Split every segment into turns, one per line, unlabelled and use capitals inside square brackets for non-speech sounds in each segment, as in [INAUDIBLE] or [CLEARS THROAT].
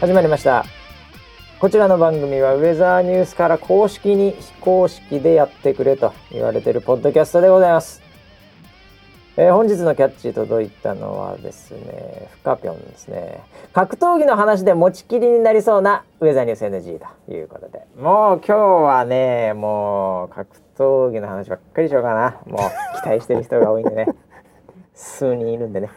始まりましたこちらの番組はウェザーニュースから公式に非公式でやってくれと言われてるポッドキャストでございます、えー本日のキャッチ届いたのはですねフカピョンですね格闘技の話で持ちきりになりそうなウェザーニュース NG ということでもう今日はねもう格闘技の話ばっかりしようかなもう期待してる人が多いんでね [LAUGHS] 数人いるんでね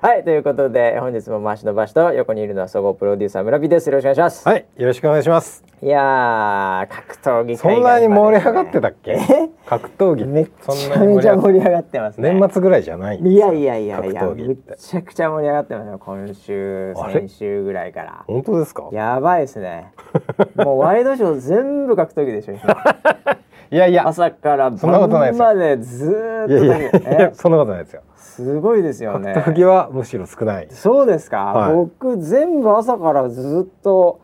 はいということで本日も回しの場所と横にいるのは総合プロデューサー村ピですよろしくお願いします
はい、よろしくお願いします。
いやー格闘技
そんなに盛り上がってたっけ？格闘技
めっ
そん
ち
な
ゃ
に
めちゃ
盛
盛
り
り上がってますね
上がっ年末ぐらいじゃないんです
い
か。
やいやいやいや
格闘技
め
っ。
ってちゃくちゃ盛り上がってますよ今週
あれ
先週ぐらいから
本当ですか？
やばいです
[LAUGHS]
ねもうワイドショー全部格闘技でしょ今
いやいや、
朝から
そんなことないで
晩
すよ
までずーっ
いや
と
い
い
やいや、そんなことないですよ。
すごいですよ
格
ね
闘技はむしろ少ない。
そうですか、
はい
僕全部朝からずっと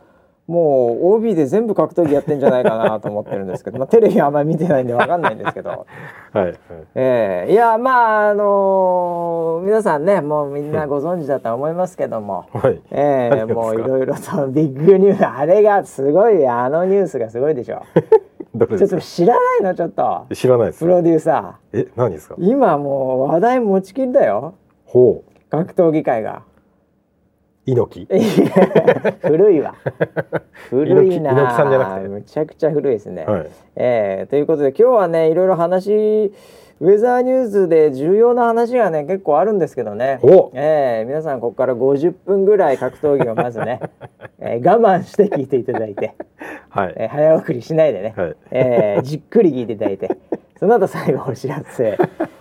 もう OB で全部格闘技やってんじゃないかなと思ってるんですけど、まあ、テレビあんまり見てないんでわかんないんですけど、
はい。
ええいやまああの皆さんねもうみんなご存知だとは思いますけど
[LAUGHS]
も、
はい。
ええ
何がですか
もういろいろと [LAUGHS] ビッグニュースあれがすごいあのニュースがすごいでしょ
ど
ちょ
れで
っ
す
と
か？
知らないのちょっと
知らないです
プ。ロデューサ
え、何ですか
ー？今もう話題持ちきりだよ
ほう、
格闘技界が。
猪
い
木。[LAUGHS]
や古いわ古いな
猪木さんじゃなくて
むちゃくちゃ古いですね、
はい。
えーということで今日はねいろいろ話ウェザーニュースで重要な話がね結構あるんですけどね
お、
えー皆さんここから50分ぐらい格闘技をまず
[LAUGHS]
ね、えー我慢して聞いていただいて、
はい。
えー早送りしないでね、
はい
えーじっくり聞いていただいてその後最後お知らせ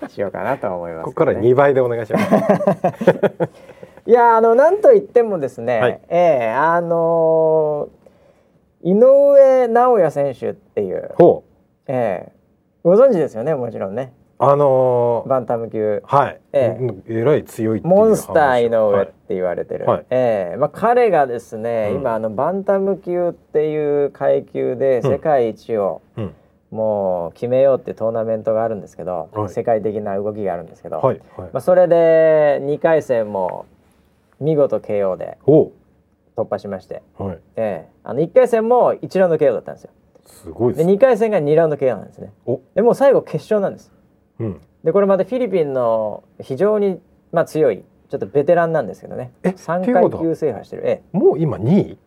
しようかなと思います、
ここから2倍でお願いします。
[LAUGHS] いやあのなんといってもですね、
はい
ええあのー井上尚弥選手っていう、
ほう、
ええご存知ですよねもちろんね
あのー
バンタム級
はい。
え
えらい強いっていう話
モ
を。
ンスター井上
は
っ
い
て言われてる、
はい
ええまあ、彼がですね、
うん
今あのバンタム級っていう階級で
うん
世界一を、
うん。
もう決めようっていうトーナメントがあるんですけど、
はい
世界的な動きがあるんですけど、
はいはい
まあ、。それで2回戦も見事 KO で
ほ
突破しまして。
う、はい。
ええ、あの1回戦も1ラウンド KO だったんですよ
すごいで
です
ね。
2回戦が2ラウンド KO なんですね
お、
でもう最後決勝なんです
うん。
でこれまたフィリピンの非常に、まあ、強いちょっとベテランなんですけどね
え
3
っていう
階
ことは
級制覇してるええ
もう今2位？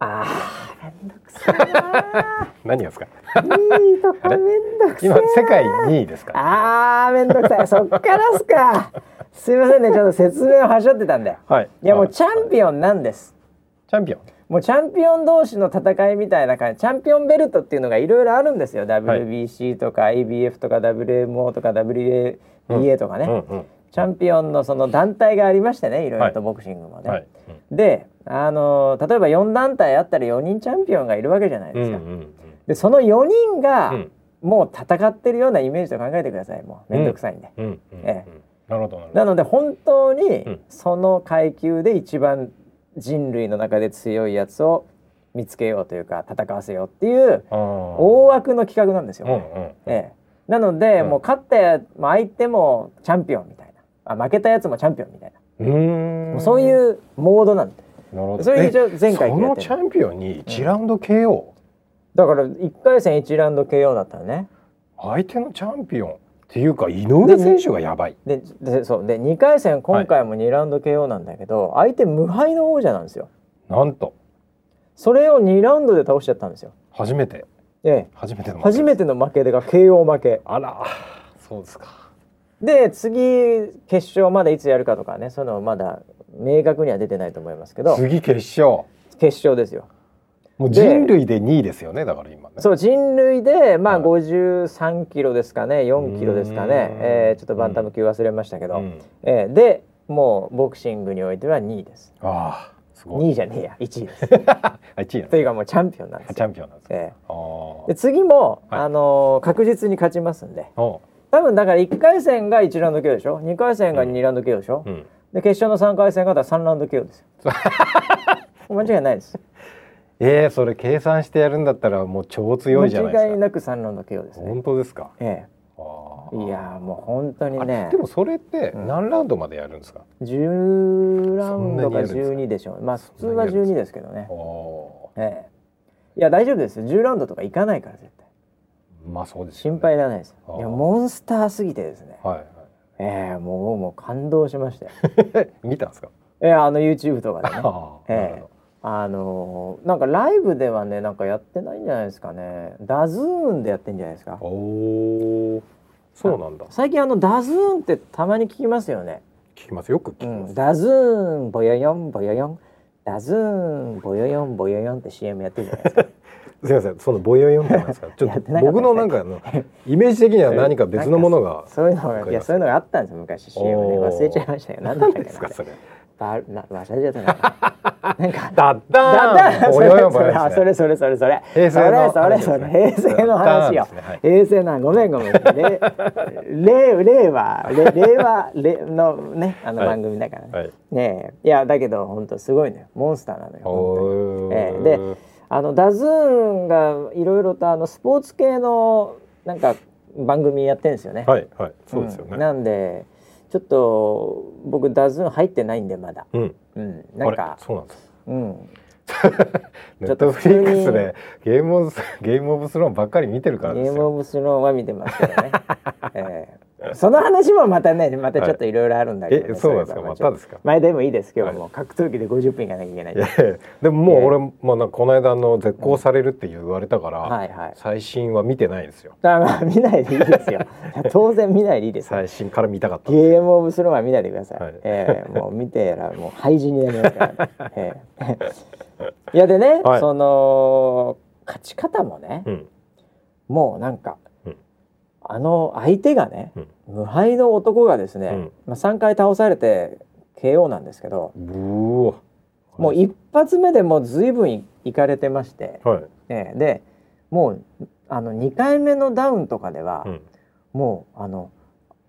あーめんどくさいな
何がですか？
ーいいと [LAUGHS] こめんどくさい
今世界2位ですから。
あーめんどくさいそっからっすかすいませんねちょっと説明をはしょってたんだよ
はい。
いやもう
チ
チャンピオンなんです
ャンピオン。
もうチャンピオン同士の戦いみたいな感じチャンピオンベルトっていうのがいろいろあるんですよ、WBC とか ABF とか WMO とか WBA とかね、
うんうん。
チャンピオンのその団体がありましてねいろいろとボクシングもね。
はい。
で、あのー例えば4団体あったら4人チャンピオンがいるわけじゃない
うん
で
う
す
ん
か。
うん。
でその4人が
うん
もう戦ってるようなイメージと考えてくださいもう面倒くさいんで。
うんうんうん。
え
なるほどなるほど。
なので本当に
ん
その階級で一番人類の中で強いやつを見つけようというか戦わせようっていう
あ
大枠の企画なんですよ。
あ。うんうん。
ええ、なので、
うん
もう勝ったやまあ相手もチャンピオンみたいなあ負けたやつもチャンピオンみたいな、
うー。。
もうんそういううモードなんで
なるほど。
それ
え
一応前回や
そ
っ
の
て
チ
る
ャンピオンに1ラウンド KO。
だから1回戦1ラウンド KO だったのね
相手のチャンピオンっていうか井上選手がやばい。
ででそうで2回戦今回も2ラウンド KO なんだけど、相手無敗の王者なんですよ
なんと
それを2ラウンドで倒しちゃったんですよ、
初めて
ええ、
初めての。
初め
て。
ての負けでが KO 負け
あら。そうですか。
で次決勝までいつやるかとかねそういうのまだ明確には出てないと思いますけど
次決勝。
決勝ですよ
もう
で
人類で2位ですよね。だから今ね。
そう人類でまあ
はい
53キロですかね4キロですか
う
ね
ー、ん
えーちょっとバンタム級忘れましたけど、
うん
えーでもうボクシングにおいては2位です
ああ。すごい。
2位じゃねえや1位です
[LAUGHS] あ1位な
と
んで。
いうかもうチャンピオンなんですす
チ
よ、
ャンピオンなんです。
え
ああ。
ーで次も、
はい
あのー確実に勝ちますんで
お
多分だから1回戦が1ラウンド KO でしょ2回戦が2ラウンド KO でしょ、
う。うん。
で決勝の3回戦が3ラウンド KO
[LAUGHS]
ですよ間違いないです
えー、それ計算してやるんだったらもう超強いじゃないで
間違い
すか。
なく3ラウンド KO ですね
本当ですか。
ええ
あ
いやーもう本当に
あ
ね
でもそれって
うん
何ラウンドまでやるんですか、
10ラウンドか
そんなにやるんですか
12でしょうまあ普通
そんな
は
にやるんです
12ですけどね
ああ
ええいや大丈夫ですよ10ラウンドとかいかないから絶対
まあそうですよ
心
ね
配いらないです
あ
よ
ー
いやモンスターすぎてですね
はい、はい
ええもうもう感動しましたよ [LAUGHS]
え見たんですか
ええあの YouTube とか
[LAUGHS]
でね
ああ、
ええ
なるほど
あのーなんかライブではねなんかやってないんじゃないですかねダズーンでやってんじゃないですか
おおそうなんだ
最近あのダズーンってたまに聞きますよね、
聞きますよく聞
う
きます、
ん、ダズーンボヨヨンボヨヨンダズーンボヨヨンボヨヨンって CM やってるじゃないですか
すいませんそのボヨヨンってなんですかち
[LAUGHS]
ょ
や
っ
って
と
なかった
僕のなんかあのイメージ的には何か別の
[LAUGHS]
ものが
そういうの
わか
がい
りま
や
す
そういうのがあったんですよ昔 CM で
おー
忘れちゃいましたよ何だっ
何
たっ
で
け
す
な
かそれ
バルな忘れちゃったななんか
だっ
だ
た
だ
ん
そ
ボ
れ
ヨヨン
それあそれそれそれそれ
平成の
それそれそれ平成の話よ
ダッタンですねはい
平成なごめんごめんれ令令和れ令和れのねあの
はい
番組だからね、
はい
ねえいやだけど本当すごいねモンスターなのよ本
お
当に、ええであのダズーンがいろいろとあのスポーツ系のなんか番組やってんですよね、
はいはいそうですよ
ん
ね
なんでちょっと僕ダズーン入ってないんでまだ
うん
うんなん
あ
か
れそうなんです
うんちょ
ネッ
っと
ト
普通
フ
に
リックスでゲームオブスゲームオブスローンばっかり見てるからで
ゲー
す
ムオ
よ
ブスローンは見てますけど
[LAUGHS]
ね、ええその話もまたねまたちょっといろいろあるんだけどね、
えそうなんです
い
か
えば
またですか
前でもいいです今日はもう格闘技で50分いかなきゃいけない
いやいやでももう俺もなんかこの間あの絶好されるって言われたから、
はいはい
最新は見てないですよ
あまあ見ないでいいです
[LAUGHS]
よ当然見ないでいいですよ
最新から見たかったん
ゲ
です
ー
けど
ムオブスローンは見ないでください、
はい
ええもう見てらもう廃人になりますから、
[LAUGHS]
ねええいやでね、
はい
その勝ち方もね、
うん
もうなんか、
うん
あの相手がね、
うん
無敗の男がですね、
うん
まあ、3回倒されて KO なんですけど
うわ
もう一発目でもう随分いいかれてまして、
はい、
ええでもうあの2回目のダウンとかでは、
うん、
もうあの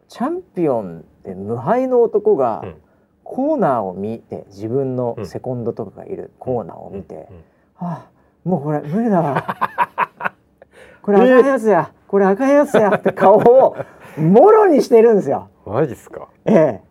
チャンピオンで無敗の男が、
うん
コーナーを見て自分の
うん
セコンドとかがいるコーナーを見て、
うん
ああもうこれ無理だわ
[LAUGHS]
これ赤いやつや、これ赤いやつやって顔をもろにしてるんですよ。
マジっすか
ええ、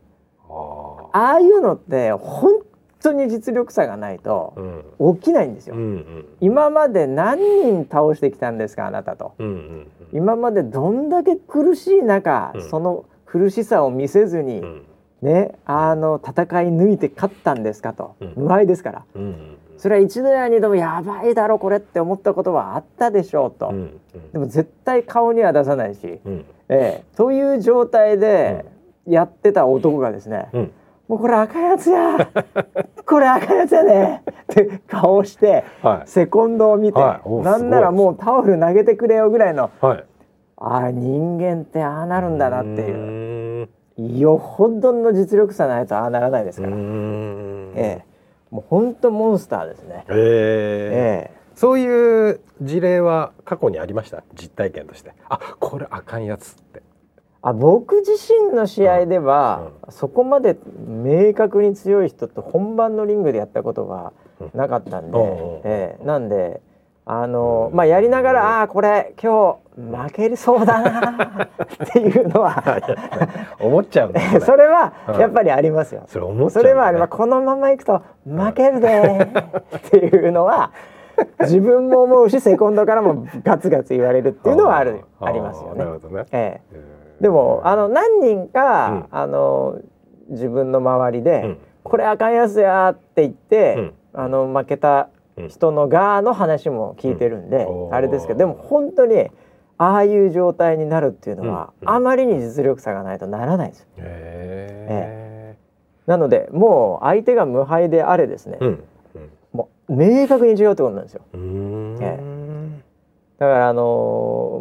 あ
ああいうのって本当に実力差がないと
あうん
起きないんですよ。
うんうん
今まで何人倒してきたんですかあなたと。
うんうんうん
今までどんだけ苦しい中、
うん
その苦しさを見せずに、
うん
ねあの戦い抜いて勝ったんですかと、
うん
無敗ですから。
うんうん
それは一度や二度もやばいだろこれって思ったことはあったでしょうと。
うん
でも絶対顔には出さないし、え
うん
えという状態でやってた男がですね、
うん
もうこれ赤いやつや [LAUGHS] これ赤いやつやねって顔をして
は
セコンドを見て、
はいお
なんなら
すごい
もうタオル投げてくれよぐらいの
いはい
ああ人間ってああなるんだなっていう
う
よほどの実力差ないとああならないです
ー
から、
ん
ええ、もうほんとモンスターですね。
ええ
ええ
そういう事例は過去にありました実体験としてあこれあかんやつって
あ僕自身の試合では、そこまで明確に強い人と本番のリングでやったことがなかったんで、
うんうんうん
ええなんであの、
うん
まあやりながらああーこれ今日負けりそうだ
[LAUGHS]
なっていうのは
思っちゃうんだそれ
それは
うん
やっぱりありますよ。
それ思っち
そ
ゃうんだ
れはあれは
ね
このままいくと負けるでーっていうのは自分も思うしセコンドからもガツガツ言われるっていうのはあるありますよね
な。るほどね
ええでもあの何人か、あの自分の周りで、
うん
これあかんやつや」って言って、
うん
あの負けた人の側の話も聞いてるんで、
うん
あれですけどでも本当にああいう状態になるっていうのは、
うんうん
あまりに実力差がないとならないです。
え
なのでもう相手が無敗であれですね、
えうん
もう明確に違うってことなんですよ。
うんうーん
だからあの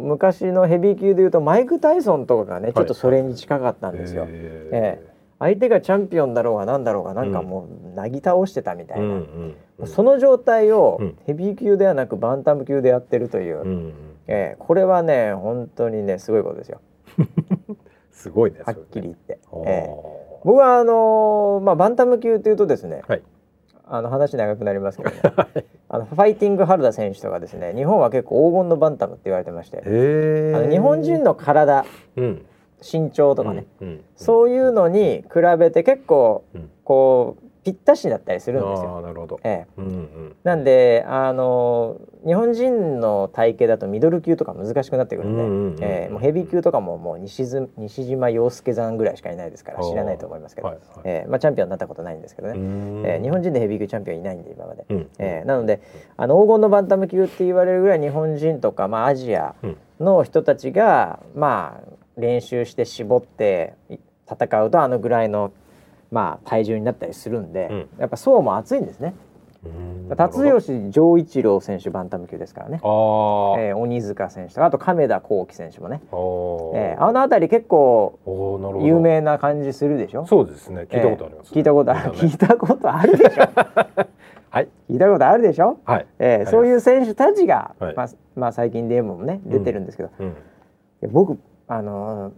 ー昔のヘビー級でいうとマイク・タイソンとかがねちょっとそれに近かったんですよ。え相手がチャンピオンだろうが何だろうがなんかもうなぎ倒してたみたいな、
うんうんうん
その状態を
うん
ヘビー級ではなくバンタム級でやってるという、
うんうん
えーこれはね本当にねすごいことですよ
すごいね
はっきり言って、
それ
え
ね
ー僕はあのーまあ、バンタム級というとですね、
はい
あの話長くなりますけど、
[LAUGHS]
ね、あのファイティング原田選手とかですね日本は結構黄金のバンタムって言われてまして
あーへ
あ
え
の日本人の体
うん
身長とかね、
うんうん
そういうのに比べて結構
うん
こうぴったしだったりするんですよ。
ああなるほど。
ええ、
うんうん。
なんであの日本人の体型だとミドル級とか難しくなってくるんで、
うんうんうん
ええもうヘビー級とかももう西ず西島洋介さんぐらいしかいないですから知らないと思いますけど、
はいはい
ええまあ、チャンピオンになったことないんですけどね、ええ日本人でヘビー級チャンピオンいないんで今まで。
人
えーなのであの黄金のバンタム級って言われるぐらい日本人とか、まあ、アジアの人たちが、まあ、練習して絞ってい戦うとあのぐらいの、まあ、体重になったりするんで、やっぱ層も厚いんですね。辰
あ
吉丈一郎選手バンタム級ですからね、
あー。
えー鬼塚選手とかあと亀田光輝選手もね、
あー
えーあの辺り結構
おーなるほど。
有。名な感じするでしょ
そうですね。聞いたことあります。
えー聞いたことある聞いたことあるでしょ
[LAUGHS] はい
聞いたことあるでしょ
はい。
えー、
ります
そういう選手たちが、
はい
まあまあ、最近 DM もね出てるんですけど、い
うん。
や僕あのー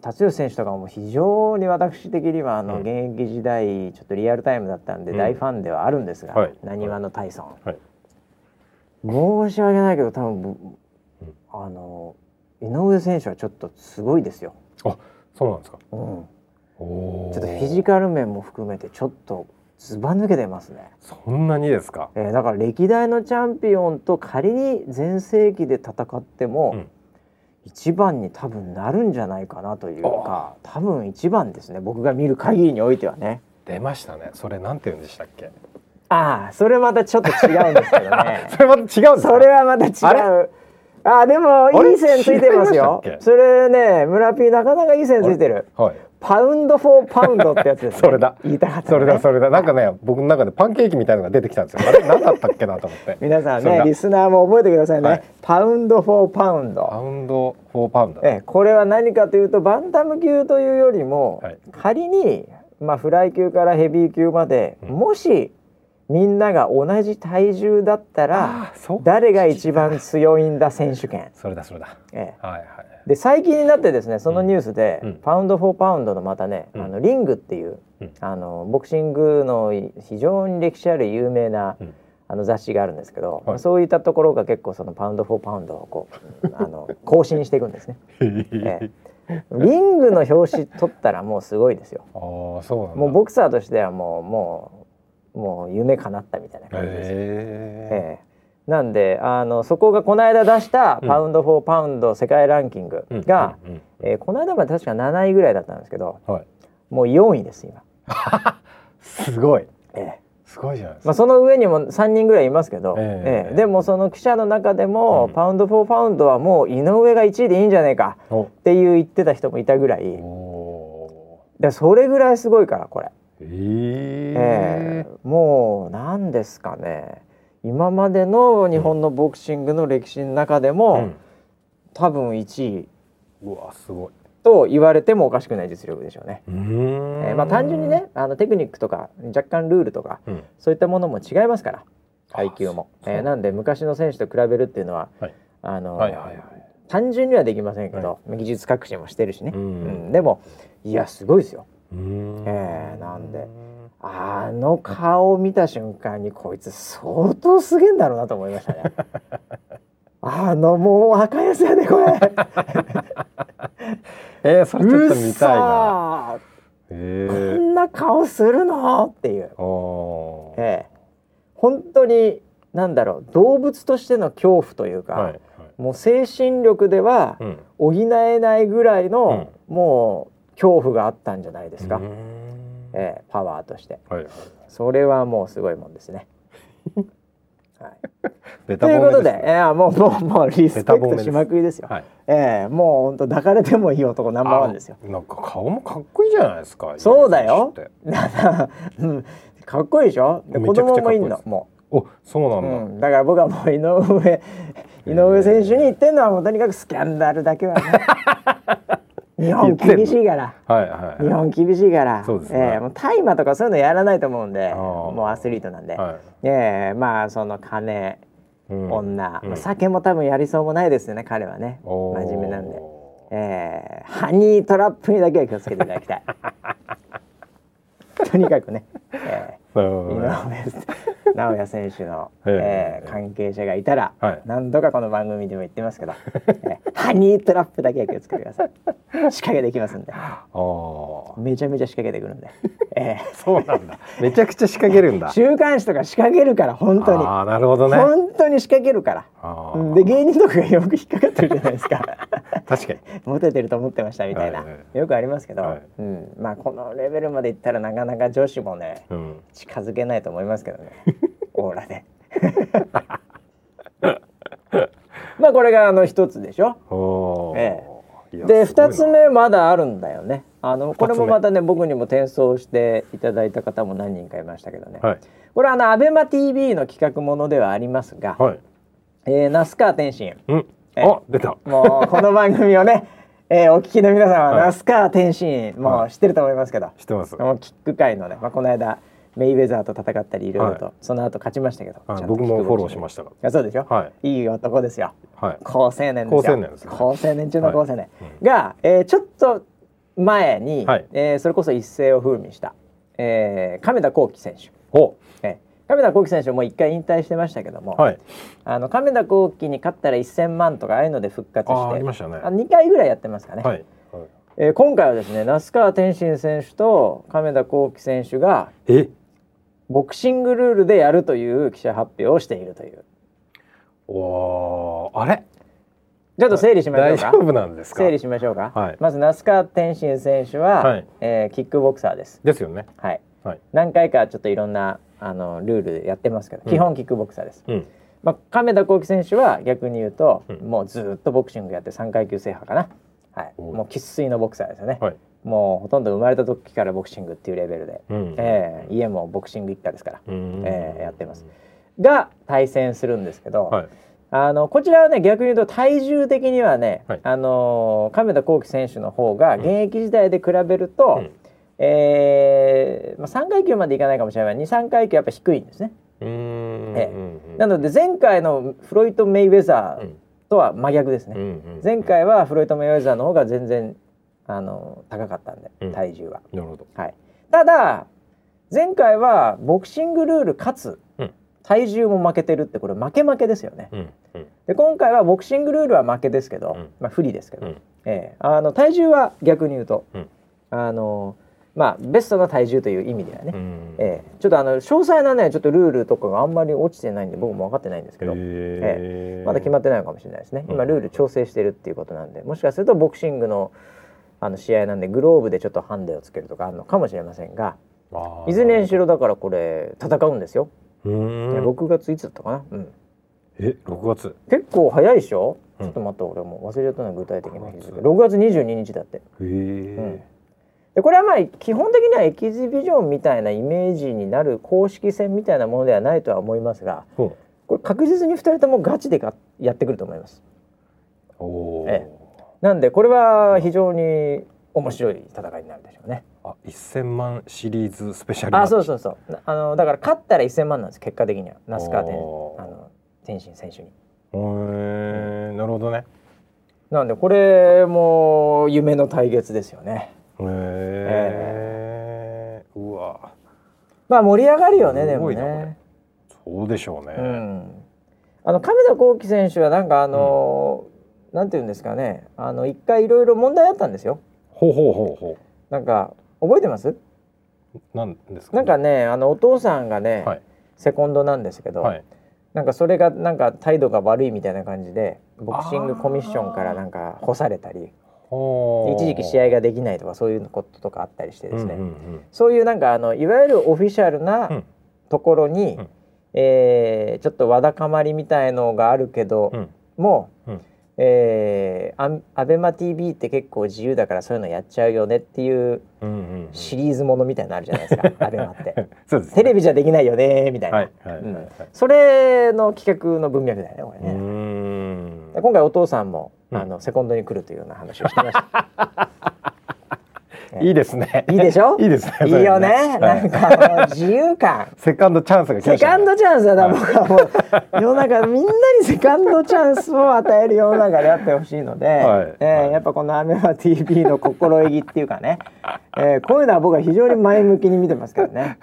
辰吉選手とかも非常に私的にはあの、
うん
現役時代ちょっとリアルタイムだったんで
うん
大ファンではあるんですが
はい
なにわのタイソン、
はい
申し訳ないけど多分ぶ
うん
あの井上選手はちょっとすごいですよ、
そうなんですか。
うん、
おお。
ちょっとフィジカル面も含めてちょっとずば抜けてますね。
そんなにですか。
えーだから歴代のチャンピオンと仮に全盛期で戦っても、
うん
一番に多分なるんじゃないかなというか多分一番ですね僕が見る限りにおいてはね
出ましたね。それなんて言うんでしたっ
[LAUGHS]
け。
ああそれまたちょっと違うんですけどね
それまた違うんですか。
[LAUGHS] それはまた違うああで
あ
も
れ
いい線ついてますよ
違いましたっけ
それね村 P なかなかいい線ついてる
はい。
パウンド・フォー・パウンドってやつです、ね、
[LAUGHS] それだ
言いたかった
そ
のね、
れだそれだなんかね僕の中でパンケーキみたいなのが出てきたんですよあれ何だったっけなと思って
[LAUGHS] 皆さん
それ
ね
だ
リスナーも覚えてくださいね、
はい
パウンド・フォー・パウンド
パウンドフォーパウンド
ええ、これは何かというとバンタム級というよりも、
はい
仮に、まあ、フライ級からヘビー級まで、
うん
もしみんなが同じ体重だったら
ああそう
誰が一番強いんだ選手権、
それだそれだ
ええ、
はいはい
で最近になってですねそのニュースで、
うん
パウンド・フォー・パウンドのまたね、
うん
あのリングっていう、
うん
あのボクシングのい非常に歴史ある有名な、
うん
あの雑誌があるんですけど、
はい
まあそういったところが結構そのパウンド・フォー・パウンドをこうあの更新していくんですね。ええ、リングの表紙取ったらもうすごいですよ。
ああそうなんだ
もうボクサーとしてはもうもうもう夢叶ったみたいな感じです。え
へ
えなんであのそこがこの間出した
うん
パウンド・フォー・パウンド世界ランキング
え
が、
うんうんうん
えーこの間まで確か7位ぐらいだったんですけど
はい
もう4位です今、
すごい
ええ
すごいじゃないです
まあ、
か
その上にも3人ぐらいいますけど、
ええ
ええでもその記者の中でも、
うん
パウンド・フォー・パウンドはもう井上が1位でいいんじゃないか
お
っていう言ってた人もいたぐらい
お
でそれぐらいすごいからこれ。
ーえ
ええ
え
もう何ですかね今までの日本のボクシングの歴史の中でも、
うん
多分1位
うわすごい
と言われてもおかしくない実力でしょうね。
うーん
えーまあ、単純にねあのテクニックとか若干ルールとか
うん
そういったものも違いますから階級も、
あそう
えーなんで昔の選手と比べるっていうのは、
はい
あの
はいはいはい
単純にはできませんけど、技術革新もしてるしね、
うん
うんでもいやすごいですよ。
うーん
ええなんであの顔を見た瞬間にこいつ相当すげえんだろうなと思いましたね。
[LAUGHS]
あのもう赤いやつやねこれ。
ええそれちょっと見たいな
な。
え
こ
え
んな顔するのっていう。
あー
ええ、本当に何だろう動物としての恐怖というか、
はいはい
もう精神力では
うん
補えないぐらいの、もう恐怖があったんじゃないですか。
うーん
ええ、パワーとして。
はいはい
それはもうすごいもんです
[LAUGHS]
ね。はい。
ベタ
と
褒
い
め
うことで、
す
えー、もうもうもうリスペクトしまくりですよ。
はい
えーもう本当抱かれてもいい男ナンバーワンですよ。 [LAUGHS]
あなんか顔もかっこいいじゃないですか
そうだよ
井上選手っ
だから
て
うんかっこいいでしょ。で
め
子
ちゃくち
供
ゃかっこ
も
い
い
い
ん
です
のも
おそう
う、
な
うん
だ、
ん。だから僕はもう井上井上選手に言ってんのはもうとにかくスキャンダルだけは
[LAUGHS]
ね。日本厳しいから。
はいはい
日
は
本厳しいから。
そうですね
えーもう大麻とかそういうのやらないと思うんで、
あー
もうアスリートなんで。
いは
ええまあその金。
い、うん
女、
うん
お酒も多分やりそうもないですね彼はね
おー
真面目なんで、えーハニートラップにだけは気をつけていただ
[LAUGHS]
きたいとにかくね、え
なるほ
ー
ど
井
ね
上尚弥選手の、え
え
ー
え
関係者がいたら、
はい [LAUGHS]
何度かこの番組でも言ってますけど、えーハニートラップだけは気をつけてください仕掛けできますんで
ああ
めちゃめちゃ仕掛けてくるんで、え
そうなんだめちゃくちゃ仕掛けるん
え
だ
週刊誌とか仕掛けるから [LAUGHS] 本当に、
ああなるほどね
本当に仕掛けるから
あ
うん
ー
で芸人とかがよく引っかかってるじゃないですか
確かに
[LAUGHS] モテてると思ってましたみたいな、
はいは
よくありますけど、
はい
うん、まあこのレベルまでいったらなかなか女子もね
うん
近づけないと思いますけど
[LAUGHS]
ねオーラで [LAUGHS] まあこれがあの一つでしょ
おおー、
え
いや
です
ごい
2
な
つ目まだあるんだよねあのこれも
二つ目
またね僕にも転送していただいた方も何人かいましたけどね、
はい
これはあのアベマ t v の企画ものではありますが、
はい
えー、那須川天心
うん
え
あ出た
もうこの番組をね、 [LAUGHS] えーお聞きの皆さんは
はい
那須川天心、もう知ってると思いますけど、
知ってます
もうキック界のね、まあ、この間メイウェザーと戦ったりいろいろと、
は
その後勝ちましたけど、
はい僕もフォローしま
し
したが
たそうでしょ、、
はい
い男ですよ
はい
高青年ですよ
好青年ですね
好青年中の高青年、
い
が、えーちょっと前に、
はい
えーそれこそ一世を風靡した、えー亀田光輝選手、
お
えー亀田光輝選手もう一回引退してましたけども、
はい
あの亀田光輝に勝ったら1,000万とかああいうので復活
あ
し
ーあ
て
りましたね
あ
は
2回ぐらいやってますかね、
いはい
えー今回はですね那須川天心選手と亀田光輝選手が
え
ボクシングルールでやるという記者発表をしているという
おーあれ
ちょっと整理しましょう
大
か
丈夫なんですか
整理しましょうか、
はい
まず那須川天心選手は、
はい
えーキックボクサーです
ですよね
はい
はい
何回かちょっといろんなあのルールでやってますけど、
うん
基本キックボクサーです、
うん
まあ、亀田光輝選手は逆に言うと、
うん
もうずーっとボクシングやって3階級制覇かな、はい、
おう
もう生粋のボクサーですよね、
はい
もうほとんど生まれた時からボクシングっていうレベルで、
うん
ええ家もボクシング一家ですから
うん
ええやってますが対戦するんですけど、
はい
あのこちらはね逆に言うと体重的にはね、
はい
あのー亀田光輝選手の方が
ん
現役時代で比べると、
うん
ええまあ、3階級までいかないかもしれない23階級やっぱ低いんですね。
うーん
ええ
うん
なので前回のフロイト・メイウェザーとは真逆ですね。
うんうん
前回はフロイト・メイウェザーの方が全然あの高かったん
う
で
ん
体重は。
なるほど
はい、ただ前回はボクシングルールかつ
うん
体重も負けてるってこれ負け負けですよね。
うんうん
で今回はボクシングルールは負けですけど、
うん
まあ不利ですけど、
うん
ええあの体重は逆に言うと、
うん
あのまあベストな体重という意味ではね、
うん
ええちょっとあの詳細なねちょっとルールとかがあんまり落ちてないんで僕も分かってないんですけど、
え
まだ決ま
っ
ってないのかもしれないですね。
うん
今ルール調整してるっていうことなんで、もしかするとボクシングのあの試合なんでグローブでちょっとハンデをつけるとかあるのかもしれませんが、いずれにしろだからこれ戦うんですよ。
うーん
6月いつだったかな。うん。
え6月
結構早いでしょ。
うん
ちょっと待って俺もう忘れちゃったな具体的な日付。
6
6月22日だって。
へえ
でこれはまあ基本的にはエキシビジョンみたいなイメージになる公式戦みたいなものではないとは思いますが、
そう
これ確実に2人ともガチでかやってくると思います。
おお
ええなんでこれは非常に面白い戦いになるでしょうね。
あ1000万シリーズスペシャルマッ
あ、
チ
そうそうそう。なあのだから勝ったら1000万なんです結果的には那須川天
おー
あの天心選手に。
へえなるほどね
なんでこれも夢の対決ですよね。
へえうわ
まあ盛り上がるよねですも
ごいなこれ
ね。
そうでしょう
う
ね
ん。あの亀田光輝選手はなんかあの、なんていうんですかね。あの一回いろいろ問題あったんですよ。
ほうほうほうほ
なんか覚えてます？
うなんですか
なんかねあのお父さんがね、
はい
セコンドなんですけど。
はい
なんかそれがなんか態度が悪いみたいな感じでボクシングコミッションからなんか干されたり一時期試合ができないとかそういうこととかあったりしてですね、
うんうん
そういうなんかあのいわゆるオフィシャル
う
なんところに、
うん
えーちょっとわだかまりみたいのがあるけど
うんうん
も、
うん
えー、アアベマ t v って結構自由だからそういうのやっちゃうよねっていう
うんうんうん
シリーズものみたいなのあるじゃないですかアベマって。
[LAUGHS] そうですね
テレビじゃできないよねみたいな、
はいはいはいはいう
それの企画の文脈だよねこれね。
ーん
今回お父さんも、
うん
あのセコンドに来るというような話をしてま
[LAUGHS]
した。
いいですね
いいでしょ
いいですね
いいよね。
はい。
なんかもう自由感
[LAUGHS] セカンドチャンスが来
セ
ました
カ
ね
ンドチャンスだな、僕はもう世の中みんなにセカンドチャンスを与える世の中であってほしいので、
はい
えー
はい
やっぱこの「アメマ TV」の心意気っていうか
[LAUGHS]
ね、えーこういうのは僕は非常に前向きに見てますから
[LAUGHS]
ね。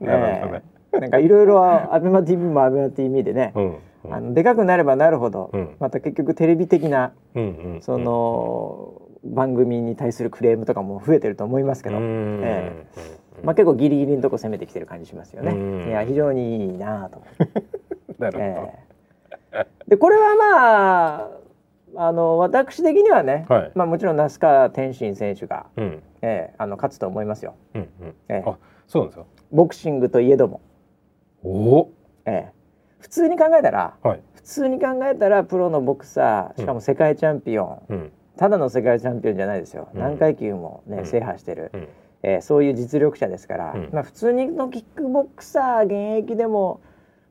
なるほどね
えーなんかいろいろ「アベマ t v も「アベマ t v でね、
うんうん
あのでかくなればなるほど、
うん
また結局テレビ的な
うんうん
その、番組に対するクレームとかも増えてると思いますけど、えまあ、結構ギリギリのとこ攻めてきてる感じしますよ
う
ね。
ん
いや非常にいいなと思って、
なるほど、
ええでこれはまああの私的にはね、
はい
まあ、もちろん那須川天心選手が、
うん
ええあの勝つと思いますよ。
うんうん、
ええ
あそうなんですよ
ボクシングといえども、
お
ええ普通に考えたら
おはい
普通に考えたらプロのボクサーしかも世界チャンピオン、
うん
ただの世界チャンピオンじゃないですよ、
うん
何階級も、ね
うん
制覇してる、
うん
えーそういう実力者ですから、
うん
まあ、普通にのキックボクサー現役でも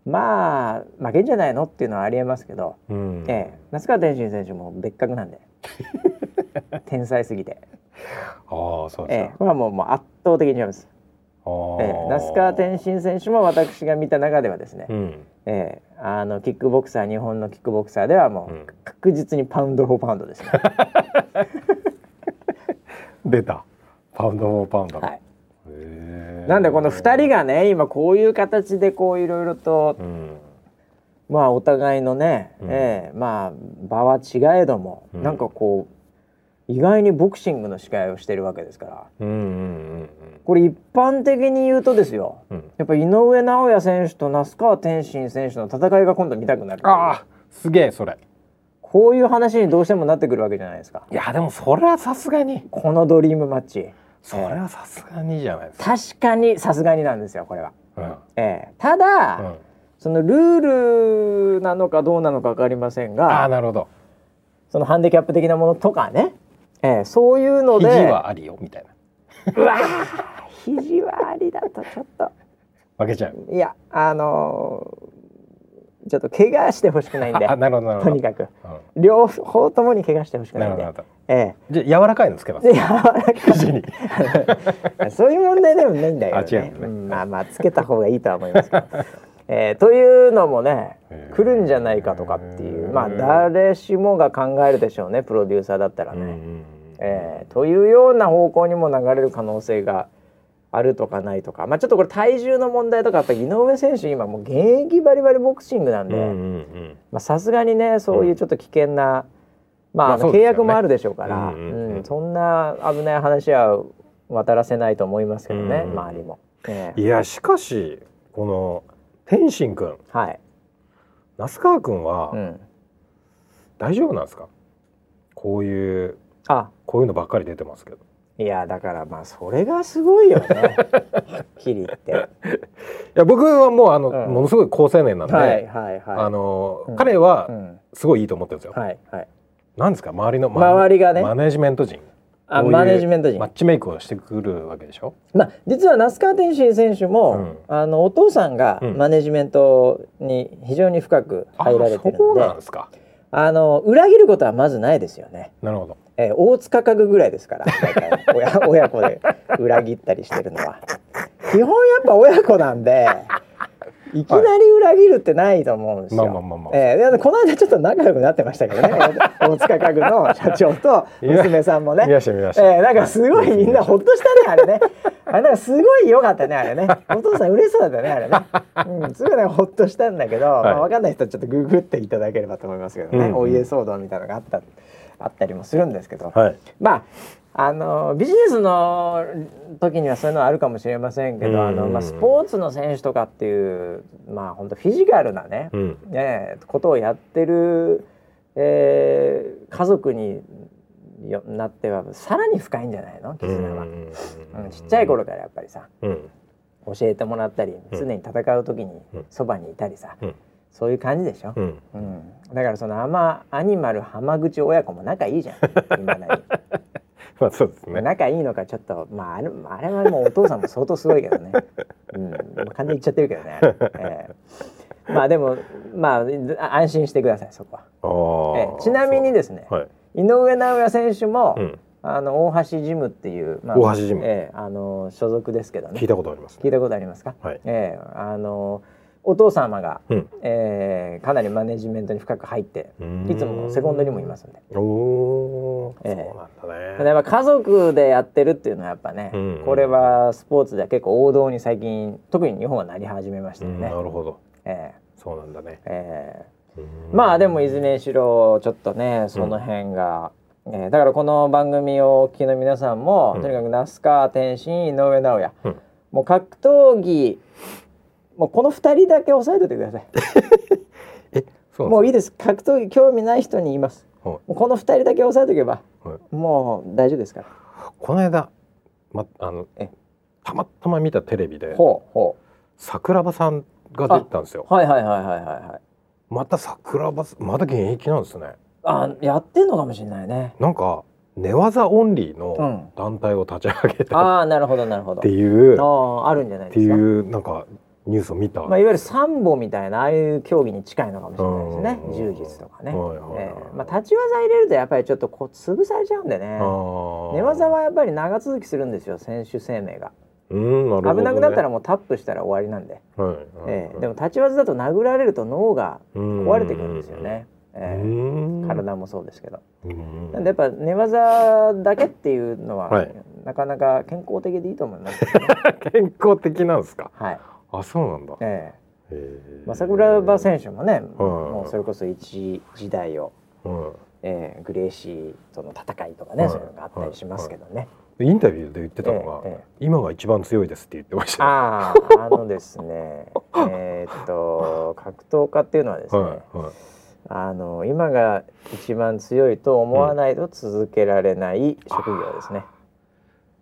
まあ負けんじゃないのっていうのはありえますけど、
うん
ええ那須川天心選手も別格
[LAUGHS]
なんで天才すぎて、
ああそうです
ええ
か、
これはもうもう圧倒的に違います、え
あー
え那須川天心選手も私が見た中ではですね、
うん
ええあのキックボクサー日本のキックボクサーではもう、
うん
確実にパウンド・フォー・パウンドですね。
出たパウンドフォーパウンド、
はい
へー
なんでこの2人がね今こういう形でこういろいろと、
うん
まあお互いのね、
うん
ええまあ場は違えども、
うん
なんかこう意外にボクシングの司会をしてるわけですから
うんうん
これ一般的に言うとですよ
うんうん
やっぱ井上尚弥選手と那須川天心選手の戦いが今度見たくなる
ああすげえそれ
こういう話にどうしてもなってくるわけじゃないですか
いやでもそれはさすがに
このドリームマッチ
それはさすがにじゃないですか、
確かにさすがになんですよこれは。
うん
ええただ、
うん、
そのルールなのかどうなのか分かりません
あ
が
あなるほど
そのハンディキャップ的なものとかね、ええそういうの
肘
で
はありよみたいな
うわー肘はありだとちょっと
負けちゃう
いやあのーちょっと怪我してほしくないんで
あなるほどなるほ
と
ど
にかく
う
両方ともに怪我してほしく
んな
な
る
い
ほ
ん
ど
で
なるほ
え
どじゃあ柔らかいのつけます
えで柔らか
肘に
い
[LAUGHS]
そういう問題でもないんだけど、
あ違
ね
うんだね
んまあまあつけた方がいいとは思いますけど、ええというのもね来るんじゃないかとかっていうまあ誰しもが考えるでしょうねプロデューサーだったら
うん
ね。
うん
えーというような方向にも流れる可能性があるとかないとか、まあ、ちょっとこれ体重の問題とかやっぱり井上選手今もう現役バリバリボクシングなん
うんうん
で
うん
まあさすがにねそういうちょっと危険な、まあ
まあ
あ
そ
の
うで
契
すよね
約もあるでしょうから、
うんうんうん
うんそんな危ない話は渡らせないと思いますけどね、
うんうん
周りも。えー
いやしかしこの天心くん
はい、
那須川くんは
うん、
大丈夫なんですか、こういう
あ
こういうのばっかり出てますけど
いやだからまあそれがすごいよね [LAUGHS] はっきり言って。
いや僕はもうあの、
うん
ものすごい好青年なんで、
はいはい
あ
は
の、
うん
彼
い。う
は
ん、
すごいいいと思ってるんですよ、
はいはい。
なんですか周りのま
周りがね
マネジメント陣
あ
こういう
マネジメント陣
マッチメイクをしてくるわけでしょ
まあ、実は那須川天心選手も、あのお父さんが
うん
マネジメントに非常に深く入られてる
あ
の
そう
で、
なんですか
あの裏切ることはまずないですよね、
なるほど
えー大塚家具ぐらいですから [LAUGHS] 大体親親子で裏切ったりしてるのは基本やっぱ親子なんでいきなり裏切るってないと思うんですよ。
まあまあまあまあ、
えーでこの間ちょっと仲良くなってました
[LAUGHS]
けどね大塚家具の社長と娘さんもね
見ました見ました、
えー、なんかすごいみんなほっとした
[LAUGHS]
ねあれね。あれなんかすごい良かったねあれね。お父さん嬉しそうだったねあれね。うん、すごいなんかほっとしたんだけど、
い
まあ、わかんない人はちょっとググっていただければと思いますけどね。
うんうん
お家騒動みたいなのがあったあったりもするんですけど、
はい
まああのビジネスの時にはそういうのはあるかもしれませんけど、
うんうんうん
あのまあスポーツの選手とかっていうまあ本当フィジカルなね、
うん
ね、ことをやってる、えー家族によなってはさらに深いんじゃないの絆は、うんちっちゃい頃からやっぱりさ
うん
教えてもらったり
うん
常に戦う時に
うん
そばにいたりさ、
うん
そういう感じでしょ
う、ん
うんだからそのアマアニマル浜口親子も仲いいじゃん
[LAUGHS]
今なり
まあそうですね
仲いいのかちょっとまああれあれはもうお父さんも相当すごいけどね、うん、もう完全に言っちゃってるけどね、えーまあでもまああ安心してくださいそこは。
あー
ええちなみにですね
そうはい、
井上尚弥選手も、
うん、
あの大橋ジムっていう、ま
大橋ジム
ええあの所属ですけどね
聞いたことあります
聞いたことありますか、
はい
ええあのお父様が、
うん
ええかなりマネジメントに深く入っていつもセコンドにもいますんで
おおー、
ええ
そうなん
た
だ
だ
ね
やっぱ家族でやってるっていうのはやっぱね、
うん
これはスポーツでは結構王道に最近特に日本はなり始めました
う
よ
ん
ね、
なるほど
え
そうなんだね
えええ
うん
まあでもいずれにしろちょっとねその辺が、えーだからこの番組をお聞きの皆さんも、
うん
とにかく那須川天心井上尚弥、
うん
もう格闘技もうこの2人だけ押さえておいてください
えそう
も
なん
う
で
いいです格闘技興味ない人に言います
すかはい
もうこの2人だけ押さえておけば、
は
もう大丈夫ですから
この間、ま、あの
え
たまたま見たテレビで
ほうほ
桜庭さんが出てたんですよ
うはいはいはいはいはいはい
また桜庭さんまだ現役なんですね
あやってんのかもしれないね
なんか寝技オンリー
う
の
ん
団体を立ち上げたっ
ああなるほどなるほど
ていう、っ
あああるんじゃないで
て
す
い
か
うなんかニュースを見た、
まあ、いわゆるサンボみたいなああいう競技に近いのかもしれない
うん
ですね柔術とかね、
はいはいはい
ええまあ、立ち技入れるとやっぱりちょっとこう潰されちゃうんでね
あー
寝技はやっぱり長続きするんですよ選手生命が、
うんなるほど、ね、
危なくなったら、もうタップしたら終わりなんで、
はいはいはい
ええでも立ち技だと殴られると脳が壊れてくるんですよね、
う
ええ
ん、
体もそうですけど
うん
なんでやっぱ寝技だけっていうのは、
はい
なかなか健康的でいいと思い
[LAUGHS]
ます、
健康的なんですか
はい、
あそうなんだ、
え
え
えまあ、桜庭
ん、
選手もね、もうそれこそ一時代を
うん
えー、グレーシーとの戦いとかね、
はい
そういうのがあったりしますけどね。
インタビューで言ってたのが、
えええ
今が一番強いですって言ってましたよ。
ああ、あのです
[LAUGHS]
ね、えーっと格闘家っていうのはですね、
はいはい。
あの今が一番強いと思わないと続けられない職業ですね。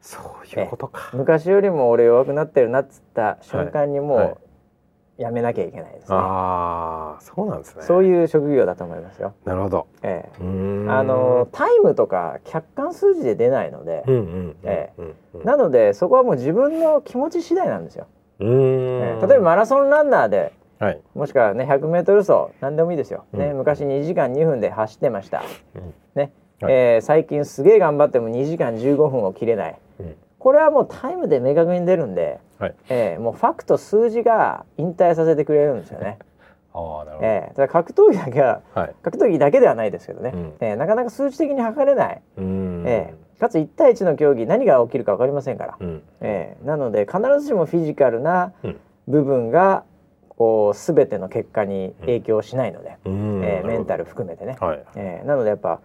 そういうことか。
昔よりも俺弱くなってるなっつった瞬間に
はいはい
もうやめなきゃいけないですね。
ああ、そうなんですね。
そう
う。
いう職業だと思いますよ。
なるほど。
ええ
うーん
あの、タイムとか客観数字で出ないので
う、んうんうん
え
うんうん。
なのでそこはもう自分の気持ち次第なんですよ。
うー
えー
ん。
例えばマラソンランナーで
はい。
もしくはね 100m 走何でもいいですよ、ね
うん
昔2時間2分で走ってました、
うん
ね
はい
えー最近すげえ頑張っても2時間15分を切れない
うん
これはもうタイムで明確に出るんで、
はい
えーもうファクト数字が引退させてくれるんですよね、
ああ、なるほど。
えーただ格闘技だけは
はい。
格闘技だけではないですけどね、
うん
えーなかなか数値的に測れない、
うーん。
えーかつ1対1の競技何が起きるか分かりませんから、
うん。
えーなので必ずしもフィジカルな
うん
部分がこう全ての結果に影響しないので、
うん。
えーメンタル
ル。
含めてね、
はい。
えーなのでやっぱ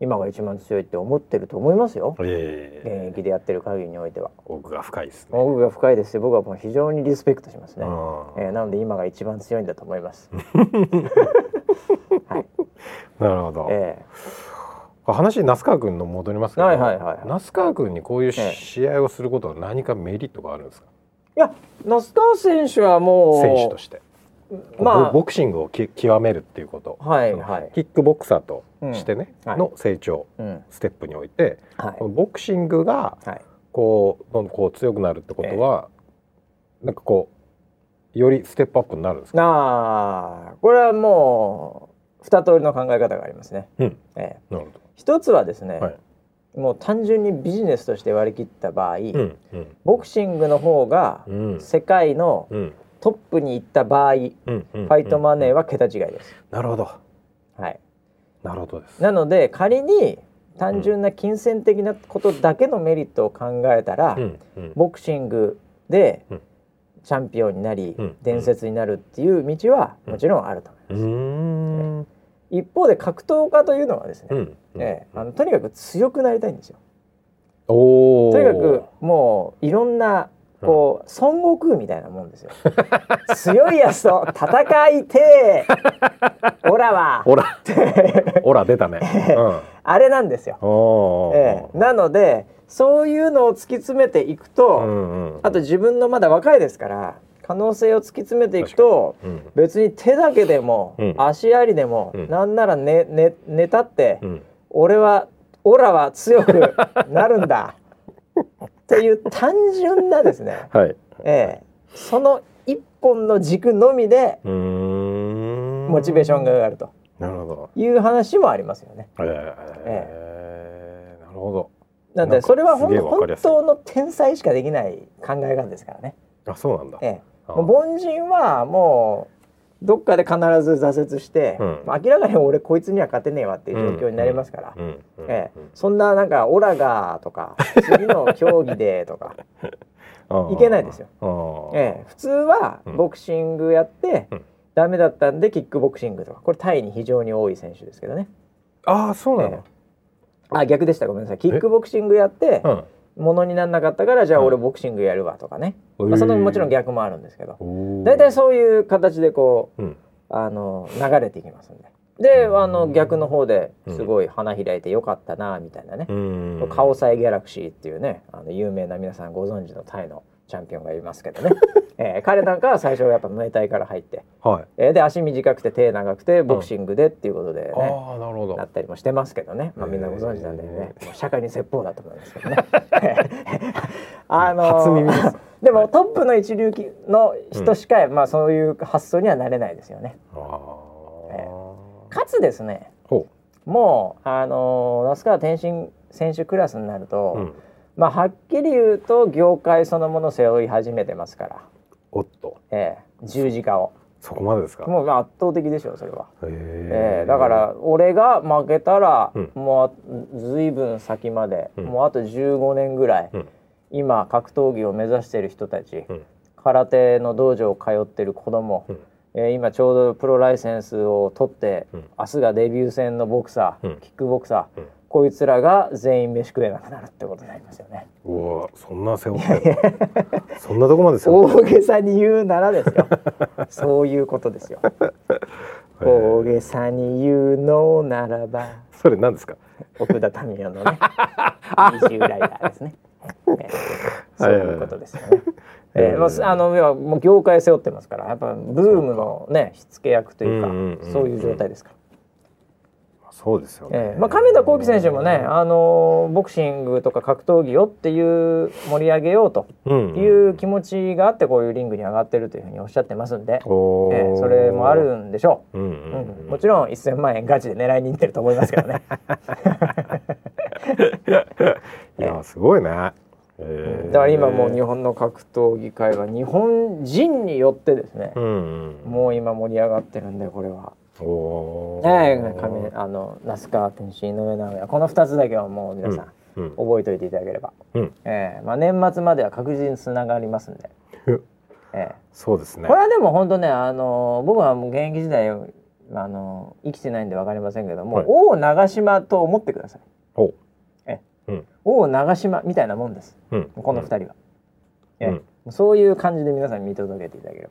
今が一番強いって思ってると思いますよ
ええ。
現役でやってる限りにおいては
奥が深いですね。
奥が深いですし僕はもう非常にリスペクトしますね、
あ
えーなので今が一番強いんだと思います、
あ、なるほど。
え
話那須川君の戻りますけど、
はいはいはいはい
那須川君にこういうし
ええ
試合をすることは何かメリットがあるんですか、
ーいや那須川選手はもう
選手として、
ま
ボボクシングをき極めるっていうこと、
あはい
その
はい、
キックボクサーと
うん
してね、
うんはい
の成長
うん
ステップにおいて、
は
このボクシングが
い、はい、
こうどんどんこう強くなるってことは、なんかこうよりステップアップになるんですか、
ああこれはもう二通りの考え方がありますね、
うん、
えー
なるほど。
一つはですね、
はい
もう単純にビジネスとして割り切った場合、
うんうん
ボクシングの方が
うん
世界の
うん
トップに行った場合、
うんうん
ファイトマネー
は、
は桁違いです。
なるほど
はい、
なるほどです。
なので仮に単純な金銭的なことだけのメリットを考えたら、
うんうん
ボクシングで
うん
チャンピオンになり、
うん
伝説になるっていう道はもちろんあると
うー
思います。
ん
一方で格闘家というのはですね、
うんうん
ええあのとにかく強くなりたいんですよ。
おお。
とにかくもういろんなこう、孫悟空みたいなもんですよ強いやつと戦いて [LAUGHS] えオラ
[LAUGHS]
は
オラ、オラ出たね。
あれなんですよ
う、ん。お
ええ
ー
なのでそういうのを突き詰めていく
う
と、
んうん。
あと自分のまだ若いですから可能性を突き詰めていくと
うん
別に手だけでも、
うん
足ありでも、
うん
なんなら寝、ね寝たって、
うん。
俺はオラは強くなるんだっていう単純なですね
はい。
ええ、その一本の軸のみで
うーん。
モチベーションが。上がると
なるほど。
いう話もありますよね。
ええなるほ
なのでそれは本
なんかすげえわかり
本
やすい
当の天才しかできない考え方ですからね。
ど。あ、そうなんだ。
ええ、
あ
もう凡人はもうどっかで必ず挫折して、
うん
もう明らかに俺こいつには勝てねえわっていう状況になりますから。
うん。うん
ええ、そんななんか「オラが」とか「次の競技で」とか、
うん
いけないですよ。
ああ。
ええ、普通は
うん
ボクシングやって、
うん
ダメだったんでキックボクシングとかこれタイに非常に多い選手ですけどね。
ああ、そうな
ええ
の。
あ逆でしたごめんなさいキックボクシングやって
うん
ものにならなかったからじゃあ
うん
俺ボクシングやるわとかね、
うん
まあ、そのもちろん逆もあるんですけど
おー
大体そういう形でこ
うん
うあの流れていきますんでであの逆の方ですごい花開いてよかったなみたいなね、
うん
カオサイギャラクシーっていうねあの有名な皆さんご存知のタイのチャンピオンがいますけ
[LAUGHS]
どね、えー彼なんかは最初はやっぱムエタイから入って、
はい、
えーで足短くて手長くてボクシングでっていうことでね、
ああなるほど
なったりもしてますけどね、まあ、
へー
みんなご存知なんでね、もう社会に説法だと思います
[LAUGHS]
けどね。 [LAUGHS] あの
初耳です
[LAUGHS] でもトップの一流きの人しか、まあそういう発想にはなれないですよね。
あー、
えかつですね
ほ
もうあの那須川天心選手クラスになると、
う、うん、
まあはっきり言うと業界そのものを背負い始めてますから、
おっと
ええ十字架を
そこまでですか
もう圧倒的でしょうそれは。
へえ
えー、だから俺が負けたら、
うん
もうずいぶん先まで、
うん
もうあと15年ぐらい、
うん
今格闘技を目指してる人たち、
うん
空手の道場を通ってる子供、
うん
えー今ちょうどプロライセンスを取って、
うん
明日がデビュー戦のボクサー、
うん
キックボクサー、
うん
こいつらが全員飯食えなくなるってことになりますよね。
[LAUGHS] うわそんな背負ってるそんなとこまで背負っ
大
て
げさに言うならですよそういうことですよ。
へー
大げさに言うのならば。
それ何ですか
奥田民生のね
[LAUGHS]
二重ライダーですね。ええそういうことですよね。
はいはい
ええまあすあの要はもう業界背負ってますからやっぱブームのね火付け役というか
うんうんうんうん
そういう状態ですから。
そうですよね、
ええまあ亀田光輝選手もねあのボクシングとか格闘技をっていう盛り上げようと
うんうん
いう気持ちがあってこういうリングに上がってるというふうにおっしゃってますんで、
お
え
ー
えそれもあるんでしょう。
うんうん
うん
うん
もちろん1000万円ガチで狙いにいってると思いますけどね。
いやすごいね、えー
だから今もう日本の格闘技界は日本人によってですね
う、んうん
もう今盛り上がってるんでこれは、
おー
ねえ亀あの那須川天心井上尚弥この2つだけはもう皆さん、
うん
覚えておいていただければ、
うん
ええまあ、年末までは確実につながりますん
[LAUGHS]
で、え
そうです
え
ね
これはでも本当ねあの僕はもう現役時代あの生きてないんで分かりませんけども、
はい
王長島と思ってください
ほ
王長島みたいなもんです
う、うん、
この2人は、え
うん
えそういう感じで皆さん見届けていただけれ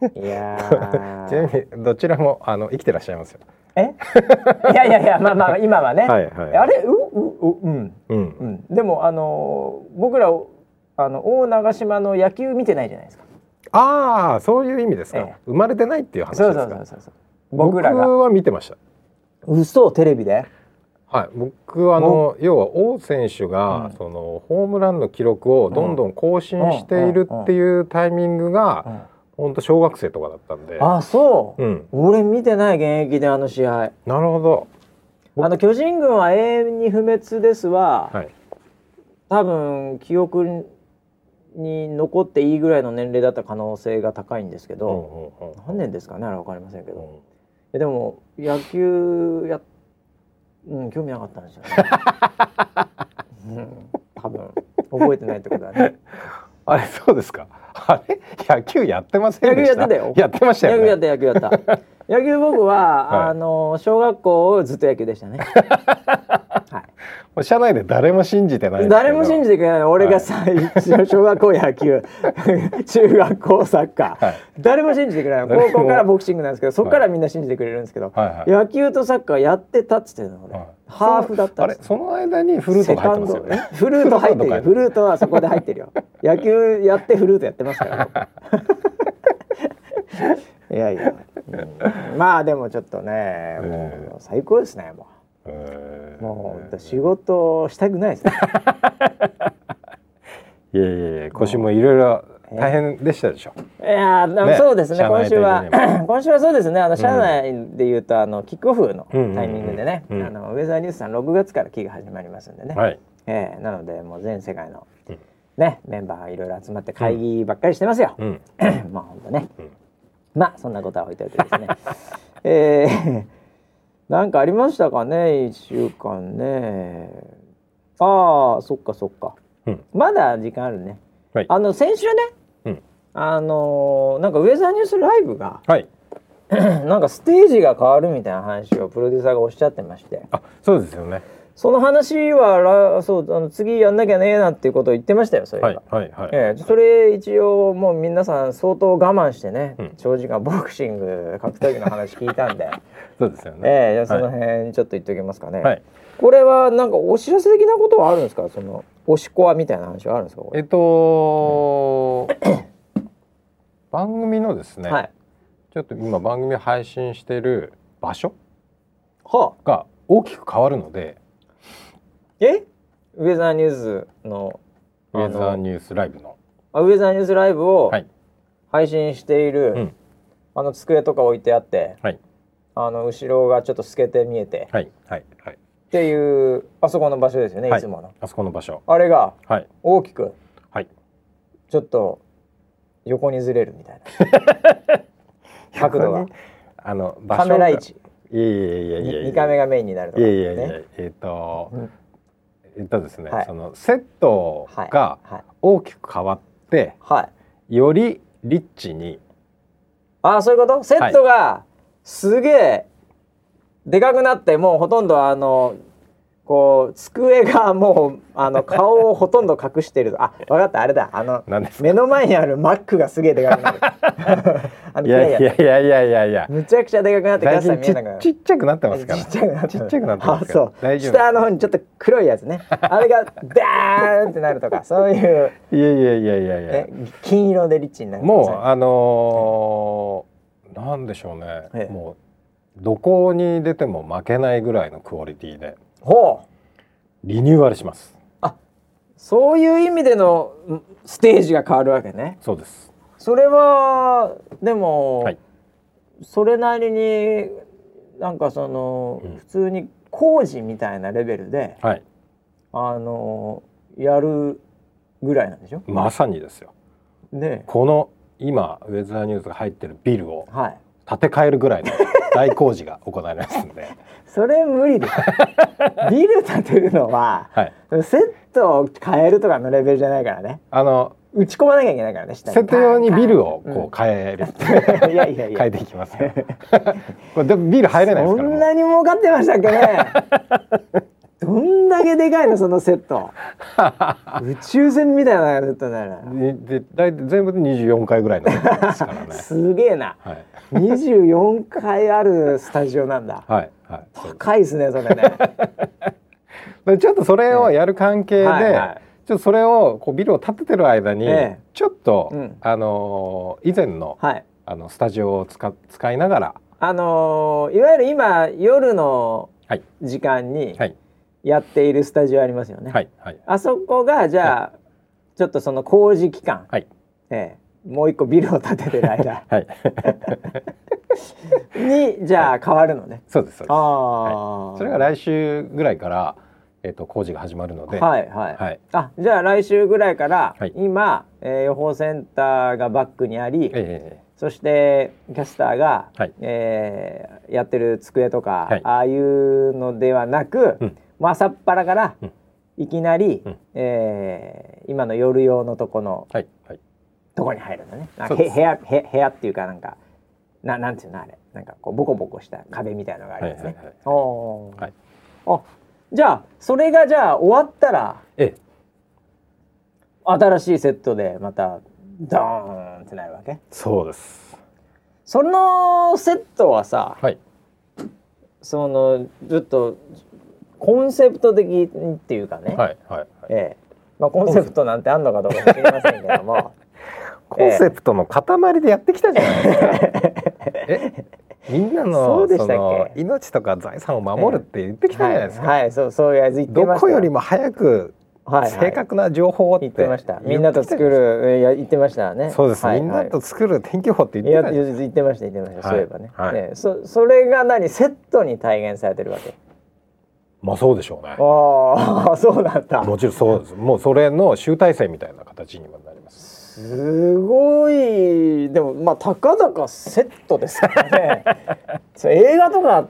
ば、 [LAUGHS] ええいやー
[LAUGHS] ちなみにどちらもあの生きてらっしゃいますよ。
え [LAUGHS] いやいやいやまあまあ今はね、
はいはい。
あれううううん
うん。
うんでもあのー僕らあの大長島の野球見てないじゃないですか
ああそういう意味ですか、
ええ
生まれてないっていう話です
そ
か。
うそうそうそうそう僕らが
は見てました。
嘘テレビで
はい、僕はあの要は王選手が、
うん
そのホームランの記録をどんどん更新しているっていうタイミングが本当小学生とかだったんで、
あそう、
うん、
俺見てない現役であの試合
なるほど、僕
あの巨人軍は永遠に不滅ですわ、
はい、
多分記憶に残っていいぐらいの年齢だった可能性が高いんですけ
うん
ど、
うんうん
何年ですかねあれ分かりませんけ
う
ど、
ん
えでも野球やうん興味なかったんですよね、うん、多分覚えてないってことだ
[LAUGHS]
ね
あれそうですか、 [LAUGHS] あれ野球やってませんでした。
野球やってたよ
やってました
野
よ
球やった野
ね。
球やった野球僕は、
はい
あの小学校ずっと野球でしたね、は
もう社内で誰も信じてないん
い、
ですけど。
誰も信じてくれない俺が最初、小学校野
[LAUGHS]
球中学校サッカー、
はい
誰も信じてくれない
誰も
高校からボクシングなんですけどそこからみんな信じてくれるんですけど、
はいはい
野球とサッカーやってたっつってたの俺、
はい
ハーフだった
あ
んで
れ
す
その間にフルートが入ってますよ
セ
ね
カンドフルート入ってるよ
フ
フルートはそこで入ってる
[LAUGHS]
よ野球やってフルートやってますから僕 [LAUGHS] いやいや、うんまあでもちょっとねもう最高ですねも
え
う
ー
もう仕事したくないですね
いやいやいや腰もいろいろ大変でしたでしょ、
いやーな
ね
そうですね
社
今
内
週
的にも
は [CLEARS THROAT] 今週はそうですねあの社内でいうと、あのキックオフのタイミングでね、
うんうんうんうん
あのウェザーニュースさん6月から期が始まりますんでね、
はい
えーなのでもう全世界の
うん、
ね、メンバーがいろいろ集まって会議ばっかりしてますよ。
うん、
[CLEARS THROAT] まあ本当ね、
うん
まあそんなことは置いといてですね [LAUGHS] えー、なんかありましたかね一週間ねああそっかそっか、
うん
まだ時間あるね、
はい
あの先週ね、
うん [LAUGHS]
あのーなんかウェザーニュースライブが
はい
なんかステージが変わるみたいな話をプロデューサーがおっしゃってまして
あそうですよね
その話はらそうあの次やんなきゃねえなっていうことを言ってましたよそれ
はいはいはい、
ええ、それ一応もう皆さん相当我慢してね、
うん
長時間ボクシング格闘技の話聞いたん
[LAUGHS]
で、
そうですよね、
ええ、じゃあその
はい
辺ちょっと言っておきますかね、
はい
これはなんかお知らせ的なことはあるんですかその推しコアみたいな話はあるんですかこ
え
れ、
っと番組のですね、
はい
ちょっと今番組配信してる場所
はあ
が大きく変わるので
えウェザーニューズの
ウェザーニュースライブの
あウェザーニュースライブを
はい
配信している、
うん
あの机とか置いてあって
はい
あの後ろがちょっと透けて見えて、
はいはいはい
っていうあそこの場所ですよね、
はい
いつもの
あそこの場所
あれが
はい
大きく
はい
ちょっと横にずれるみたいな角度が
逆にあの場
カメラ位置
いやいやいやいやいや
2回目がメインになると
い
か
や
ね
いやいや、えっ、と
うん
えっとですね、
はい
そのセット
はい
が
はい
大きく変わって、
はい
よりリッチに
ああそういうことセットがすげえでかくなってもうほとんどあのこう机がもうあの顔をほとんど隠してるあ分かったあれだあの
なんですか
目の前にあるマックがすげえでかく
[LAUGHS]
なるあの
いやい
いやいや
やいやいやいやいや
むちゃくちゃでかくなってキャ
最
スター見
近
えなくなる
ちちっちゃくなってますから
ちっちゃくなって
ち
る
っちゃくなってます
あ
から
そう
大丈夫
下の方にちょっと黒いやつねあれがダーンってなるとかそう
[LAUGHS]
いう
いやいやいやいやいや
え金色でリッチになる
もうあのーなんでしょうね、
ええ
もうどこに出ても負けないぐらいのクオリティで
うほう
リニューアルします
そういう意味でのんステージが変わるわけね
そうです
それはでも、
はい
それなりになんかその、
うん
普通に工事みたいなレベルで
はい
あのやるぐらいなんでしょ
まさにですよ
ね
この今ウェザーニュースが入ってるビルを
はい
建て替えるぐら
[LAUGHS]
いの大工事が行われますんで
それ無理です
[LAUGHS]
ビル建てるのは
はい
セットを変えるとかのレベルじゃないからね
あの
打ち込まなきゃいけないからね下
セット用にビルをこう
う
変える、
んいや [LAUGHS] いやいや
変えていきますからこれでもビル入れないで
そ
すから
ん
も
なに儲かってましたっけね
[LAUGHS]
どんだけでかいのそのセット宇宙船みたいなセットだな
うでで大体全部で24回ぐらいのですからね
[LAUGHS] すげえな
はい
24階あるスタジオなんだ
はいはいそう
高いですねそれね
[LAUGHS] でちょっとそれをやる関係で、
はいはい
ちょっとそれをこうビルを建ててる間に、
ええ
ちょっと、
うん
あのー以前の
はい
あのスタジオを使使いながら、
あのーいわゆる今夜の
はい
時間に
はい
やっているスタジオありますよね、
はいはい
あそこがじゃあ、ちょっとその工事期間、
はい
ええ、もう一個ビルを建ててる間
はい、
にじゃあ変わるのね。
そうですそうで
ああ、
す。それが来週ぐらいからえっ、と工事が始まるので、
はいはい。
はい
あじゃあ来週ぐらいから、
はい
今、えー予報センターがバックにあり、
え
そしてキャスターが、
はい
えーやってる机とか、
はい
ああいうのではなく、
うん
もう朝っぱらから、
うん
いきなり、
うん
えー今の夜用のとこの
えはいはい
とこに入るんだね。あ
そう
へ
です
部屋へ部屋っていうかなんかななんていうのあれなんかこうボコボコした壁みたいのがあるんですね。
はいはいはい
おー
はい
あじゃあそれがじゃあ終わったら
ええ
新しいセットでまたドーンってなるわけ。
そうです。
そのセットはさ
はい
そのちょっとコンセプト的にっていうかね、
はいはいはい。
ええまあ、コンセプトなんてあんのかどうかも知りませんけども
[LAUGHS] コンセプトの塊でやってきたじゃないですか。えみんな
そう
の
でした
そ
っけ
の命とか財産を守るって言ってきたじゃないですか。
はい、はい、そうそういうやつ言って
ど
ました
こよりも早く
はいはい
正確な情報をって
言ってました。みんなと作る、いや、言ってましたね。
そうです、
はい
みんな
は
と作る天気予報って
い
言
い
っ
や
てたじゃん
言ってました言ってました、そ
はい
ういえばね、
はい
ええそそれが何セットに体現されてるわけ
まあそうでしょうね
ああ [LAUGHS] そうなんだ
もちろんそうですもうそれの集大成みたいな形にもなります
すごいでもまあたかだかセットですから
[LAUGHS]
ねそう映画とか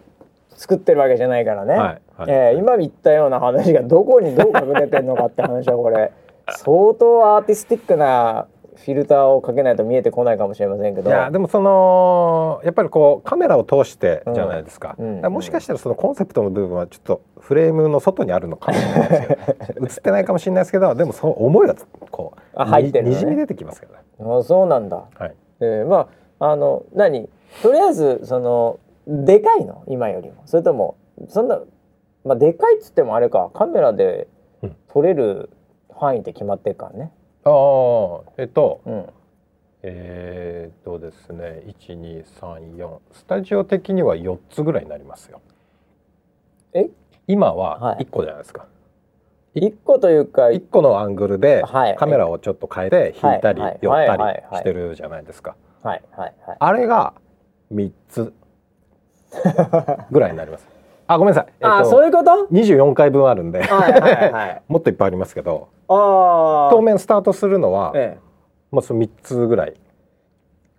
作ってるわけじゃないからね、
はいはい
ええ今言ったような
[LAUGHS]
話がどこにどう隠れてんのかって話はこれ相当アーティスティックなフィルターをかけないと見えてこないかもしれませんけ
い
ど
やでもそのやっぱりこうカメラを通してじゃないですか,、
うんうん
だからもしかしたらそのコンセプトの部分はちょっとフレームの外にあるのかもしれな
[LAUGHS]
いですけど映ってないかもしれないですけどでもその思いがこう
あ入ってるのね
にじみ出てきますけどね。
あそうなんだ、
はい
えーまああの何とりあえずそのでかいの今よりもそれともそんな、まあ、でかいっつってもあれかカメラで
うん
撮れる範囲って決まってるからね、
あーえっと
うん、
えー、っとですね1234スタジオ的には4つぐらいになりますよ。
え
今
は
はい1個じゃないですか。
1個というか
1個のアングルで
はい
カメラをちょっと変えて引いたり
はい
寄
はい
っ
は
た
い
りしてるじゃないですか。
はいはいはい
あれが三
[LAUGHS]
つぐらいになります。あ、ごめんなさい。
ああ
と
そういうこと
二十四回分あるんで、
はいはいはい
もっといっぱいありますけど、
[LAUGHS] ああ
当面スタートするのは、
え
まあその三つぐらい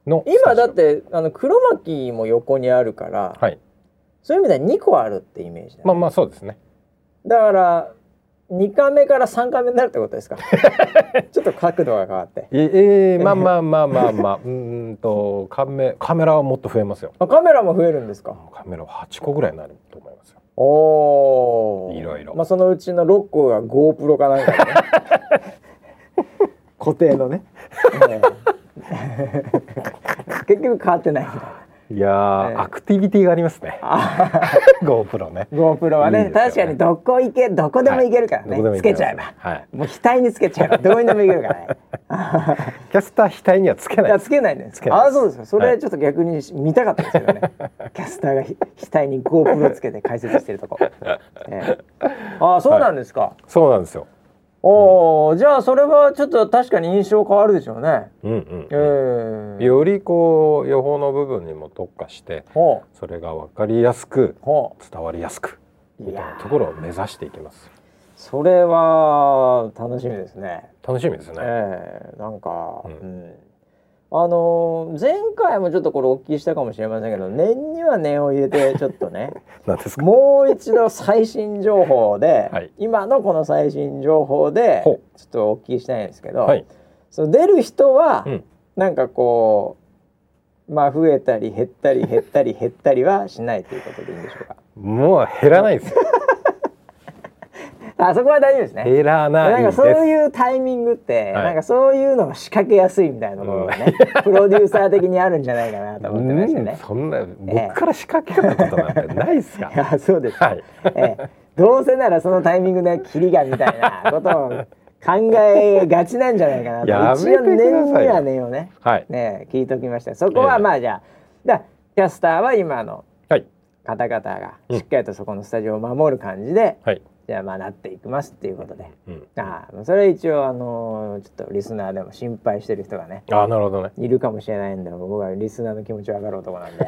の
え、今だっててあの黒巻も横にあるから、
はい。
そういう意味では2個あるってイメージだ,、
まあまあそうですね。
だから2回目から3回目になるってことです [LAUGHS] かちょっと角度が変わって
ええまあまあまあまあまあ、う [LAUGHS] ーんとカメカメラはもっと増えますよ。
あカメラも増えるんですか
カメラは八個ぐらいになると思いますよ。
おお
いろいろ
まあ、そのうちの6個が GoPro かなんか、ね、 [LAUGHS] 固定のね、ええ結局変わってないみたいない
やー、
ええ。
アクティビティがありますね
あ
GoPro ね。
GoPro はね
いいです
確
よね
かにどこ行けどこでも行けるからね、
どこでもい
つ
け
け
ます
ちゃえば
はい。
もう額につけちゃえばどこにでも行けるからねあ
キャスター額にはつけない
いやつけないね
つけない
ああ
です
そうですかそれちょっと逆に見たかったですよね、キャスターがひ額に GoPro つけて解説してるとこ、ええああそうなんですか、
そうなんですよ。
おお、じゃあそれはちょっと確かに印象変わるでしょうね。
うんうん。
ええ
よりこう予報の部分にも特化して
ほう
それが分かりやすく
ほ
伝わりやすく
う。い
みたい
や
なところを目指していきます
それは楽しみですね。
楽しみですね、
ええなんか、う
うんん
あのー前回もちょっとこれお聞きしたかもしれませんけど念には念を入れてちょっとね
なんですか
もう一度最新情報で、
はい
今のこの最新情報で
ほう
ちょっとお聞きしたいんですけど、
はい、
その出る人は、
うん
なんかこうまあ増えたり減ったり減ったり減ったりはしないということでいいんでしょう
[LAUGHS]
か。
もう減らないですよ
あそこは大丈夫ですね。
[LAUGHS] 減ら
な
な
いん
で
か
す
そういうタイミングって、
はい
なんかそういうのを仕掛けやすいみたいなところがね、プロデューサー的にあるんじゃないかなと思ってまして
[LAUGHS] うん
ね。
そんな僕から仕掛けたことなんてないですから
あそうです。
はい
ええどうせならそのタイミングでキリがみたいなことを考えがちなんじゃないかなと。
やめてくださいよ
一応念には念をね、
はい
ね聞いときました。そこは
ええ
まあじゃあ、だキャスターは今の
はい
方々が
うん
しっかりとそこのスタジオを守る感じで、
はい、
じゃあまあなっていきますっていうことで、
うん、
ああそれは一応あのーちょっとリスナーでも心配してる人がね
あーなるほどね
いるかもしれないんで僕はリスナーの気持ち分かる男なんで、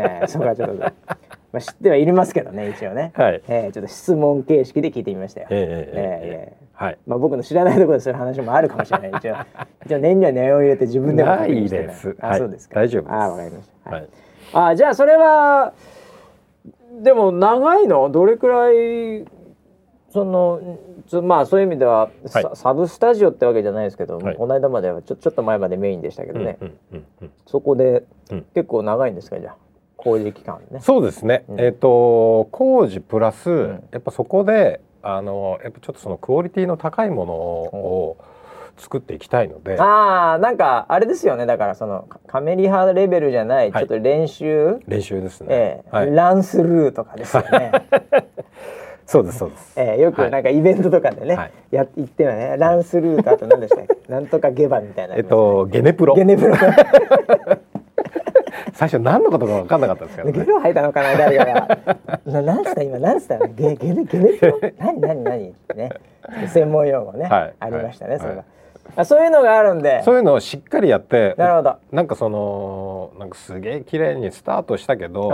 [LAUGHS]
ねえ、そこはちょっと、まあ、知ってはいりますけどね一応ね、
はい
ええちょっと質問形式で聞いてみましたよ。
えええええ
ええ
えはい
まあ、僕の知らないところでそういう話もあるかもしれない。一応、一応念には念を入れて自分でも確認して
ないです
あ、
はい
そうですか。
大丈夫です
あ、わかりました。
はい
あじゃあそれはでも長いのどれくらいそのつまあそういう意味では、サ
は
サブスタジオってわけじゃないですけど、
はい
この間まではちょちょっと前までメインでしたけ
う
ど
ん
ね、
うんうんうん
そこで
うん
結構長いんですかじゃあ工事期間ね。
そうですね、
うん
えっ、と工事プラス、
ん
やっぱそこであのやっぱちょっとそのクオリティの高いものを作っていきたいので、
ああなんかあれですよねだからそのカカメリハレベルじゃない、
はい
ちょっと練習、
練習ですね
え、え
はい、
ランスルーとかですよね、
そうですそうです、
ええよくなんかイベントとかでね、
はい
や言ってはねランスルーとあと何でしたっけ
[LAUGHS]
なんとかゲバみたいな
えっ、とゲネプロ
ゲネプロ
最初何のことか分かんなかったんですけど
[LAUGHS] ゲ
ね
ロ吐いたのかな誰かが。ななんつった今なんつったのゲゲネゲネプロ何何何ってね専門用語ね、
はい
ありましたね、
はい
それ
は
が
い。
あそういうのがあるんで。
そういうのをしっかりやって
なるほど。
なんかそのなんかすげえ綺麗にスタートしたけど、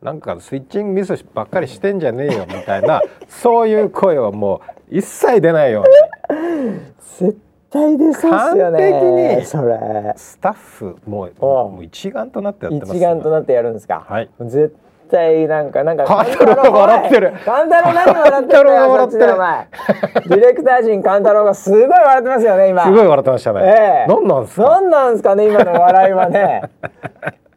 う
なんかスイッチングミスばっかりしてんじゃねえよみたいなそういう声はもう一切出ないように
絶対出そうっすよね。
完璧に
それ
スタッフもう
おう
もう一丸となってやってます
一丸となってやるんですか。
はい
絶対なんかなんか
勘太郎が笑ってる
勘太郎何笑ってるんだよ
勘太郎が
そっちでお前ディレクター陣勘太郎がすごい笑ってますよね今
すごい笑ってましたね。
ええ
なんなんすか。
何なんですかね今の笑いは
[LAUGHS]
ね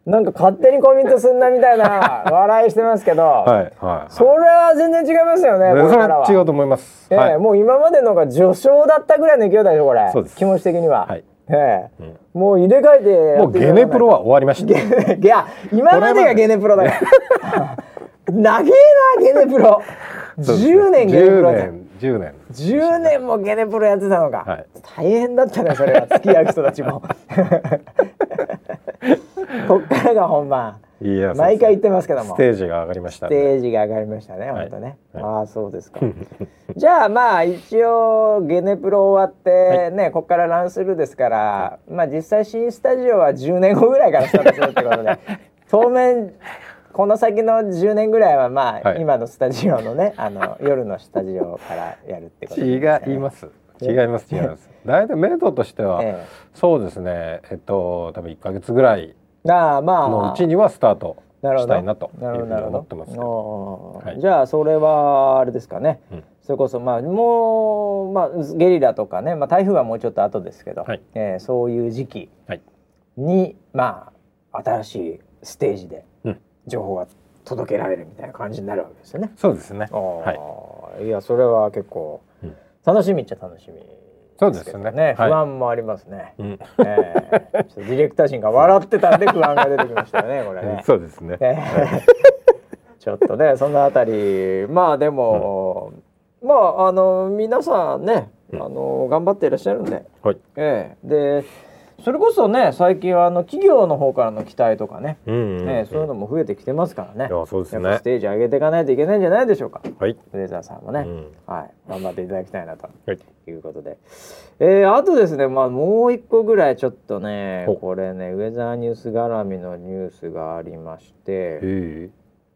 なんか勝手にコメントすんなみたいな笑いしてますけど、
はいはい。
それは全然違いますよねこ
そ
れ
れ
からは
は違うと思います。
ええ
はい。
もう今までのが序章だったぐらいの勢いだよこれ
そうです
気持ち的には、
はい
ええもう入れ替えてや
も
っ
う
てい
ゲ
かな
ネ
いと
プロは終わりました。
[LAUGHS] いや今までがゲネプロだから [LAUGHS] 長えなゲネプロ10年ゲネプロだ
10年10年。
10年もゲネプロやってたのか、
はい
大変だったねそれは付き合う人たち
[LAUGHS]
もこっからが本番
いや
毎回言ってますけども
ステージが上がりました
ス
ね、
テージが上がりましたね、
はい
本当ね。
はい
ああ、そうですか。じゃあ、まあ、一応ゲネプロ終わって、ね、ここからランスルーですから。まあ、実際新スタジオは10年後ぐらいからスタートするって
[LAUGHS]
ことで。当面、この先の10年ぐらいは、まあ、
はい
今のスタジオのね、あの、夜のスタジオからやるってことで
違います。違います違います。大体メイドとしては、
え
そうですね。えっと多分1ヶ月ぐらい
えああ、まあ。
のうちにはスタート
なるほ
し
ど
たいなというふ
なる
う
ほど
に
なるほど
思ってますけど。
おー
はい
じゃあそれはあれですかね、
うん
それこそまあもう、まあ、ゲリラとかね、まあ、台風はもうちょっと後ですけど、
はい
えーそういう時期
はい
にまあ新しいステージで
うん
情報が届けられるみたいな感じになるわけですよね。
そうですね。はい。
はい、いやそれは結構
うん
楽しみっちゃ楽しみ、
そうですね
ね不
はい
安もありますね。
うん、。
えーちょっとディレクター陣が笑ってたんで不安が出てきましたよねこれね
そうですね。
ね [LAUGHS] ちょっとねそのあたりまあでも、まああの皆さんねあ
うん
の頑張っていらっしゃるんで、
はい。
ええでそれこそね最近はあの企業の方からの期待とかね、
うんうん、うん
ええそういうのも増えてきてますからね
いやそうです
やっぱ
ね
ス。テージ上げていかないといけないんじゃないでしょうか
はい。
フレーザーさんも
う
ね、
ん。
はい頑張っていただきたいなと
はい。
ということで、えーあとですね、まあ、もう一個ぐらいちょっとね
ほう
これねウェザーニュース絡みのニュースがありまして、
え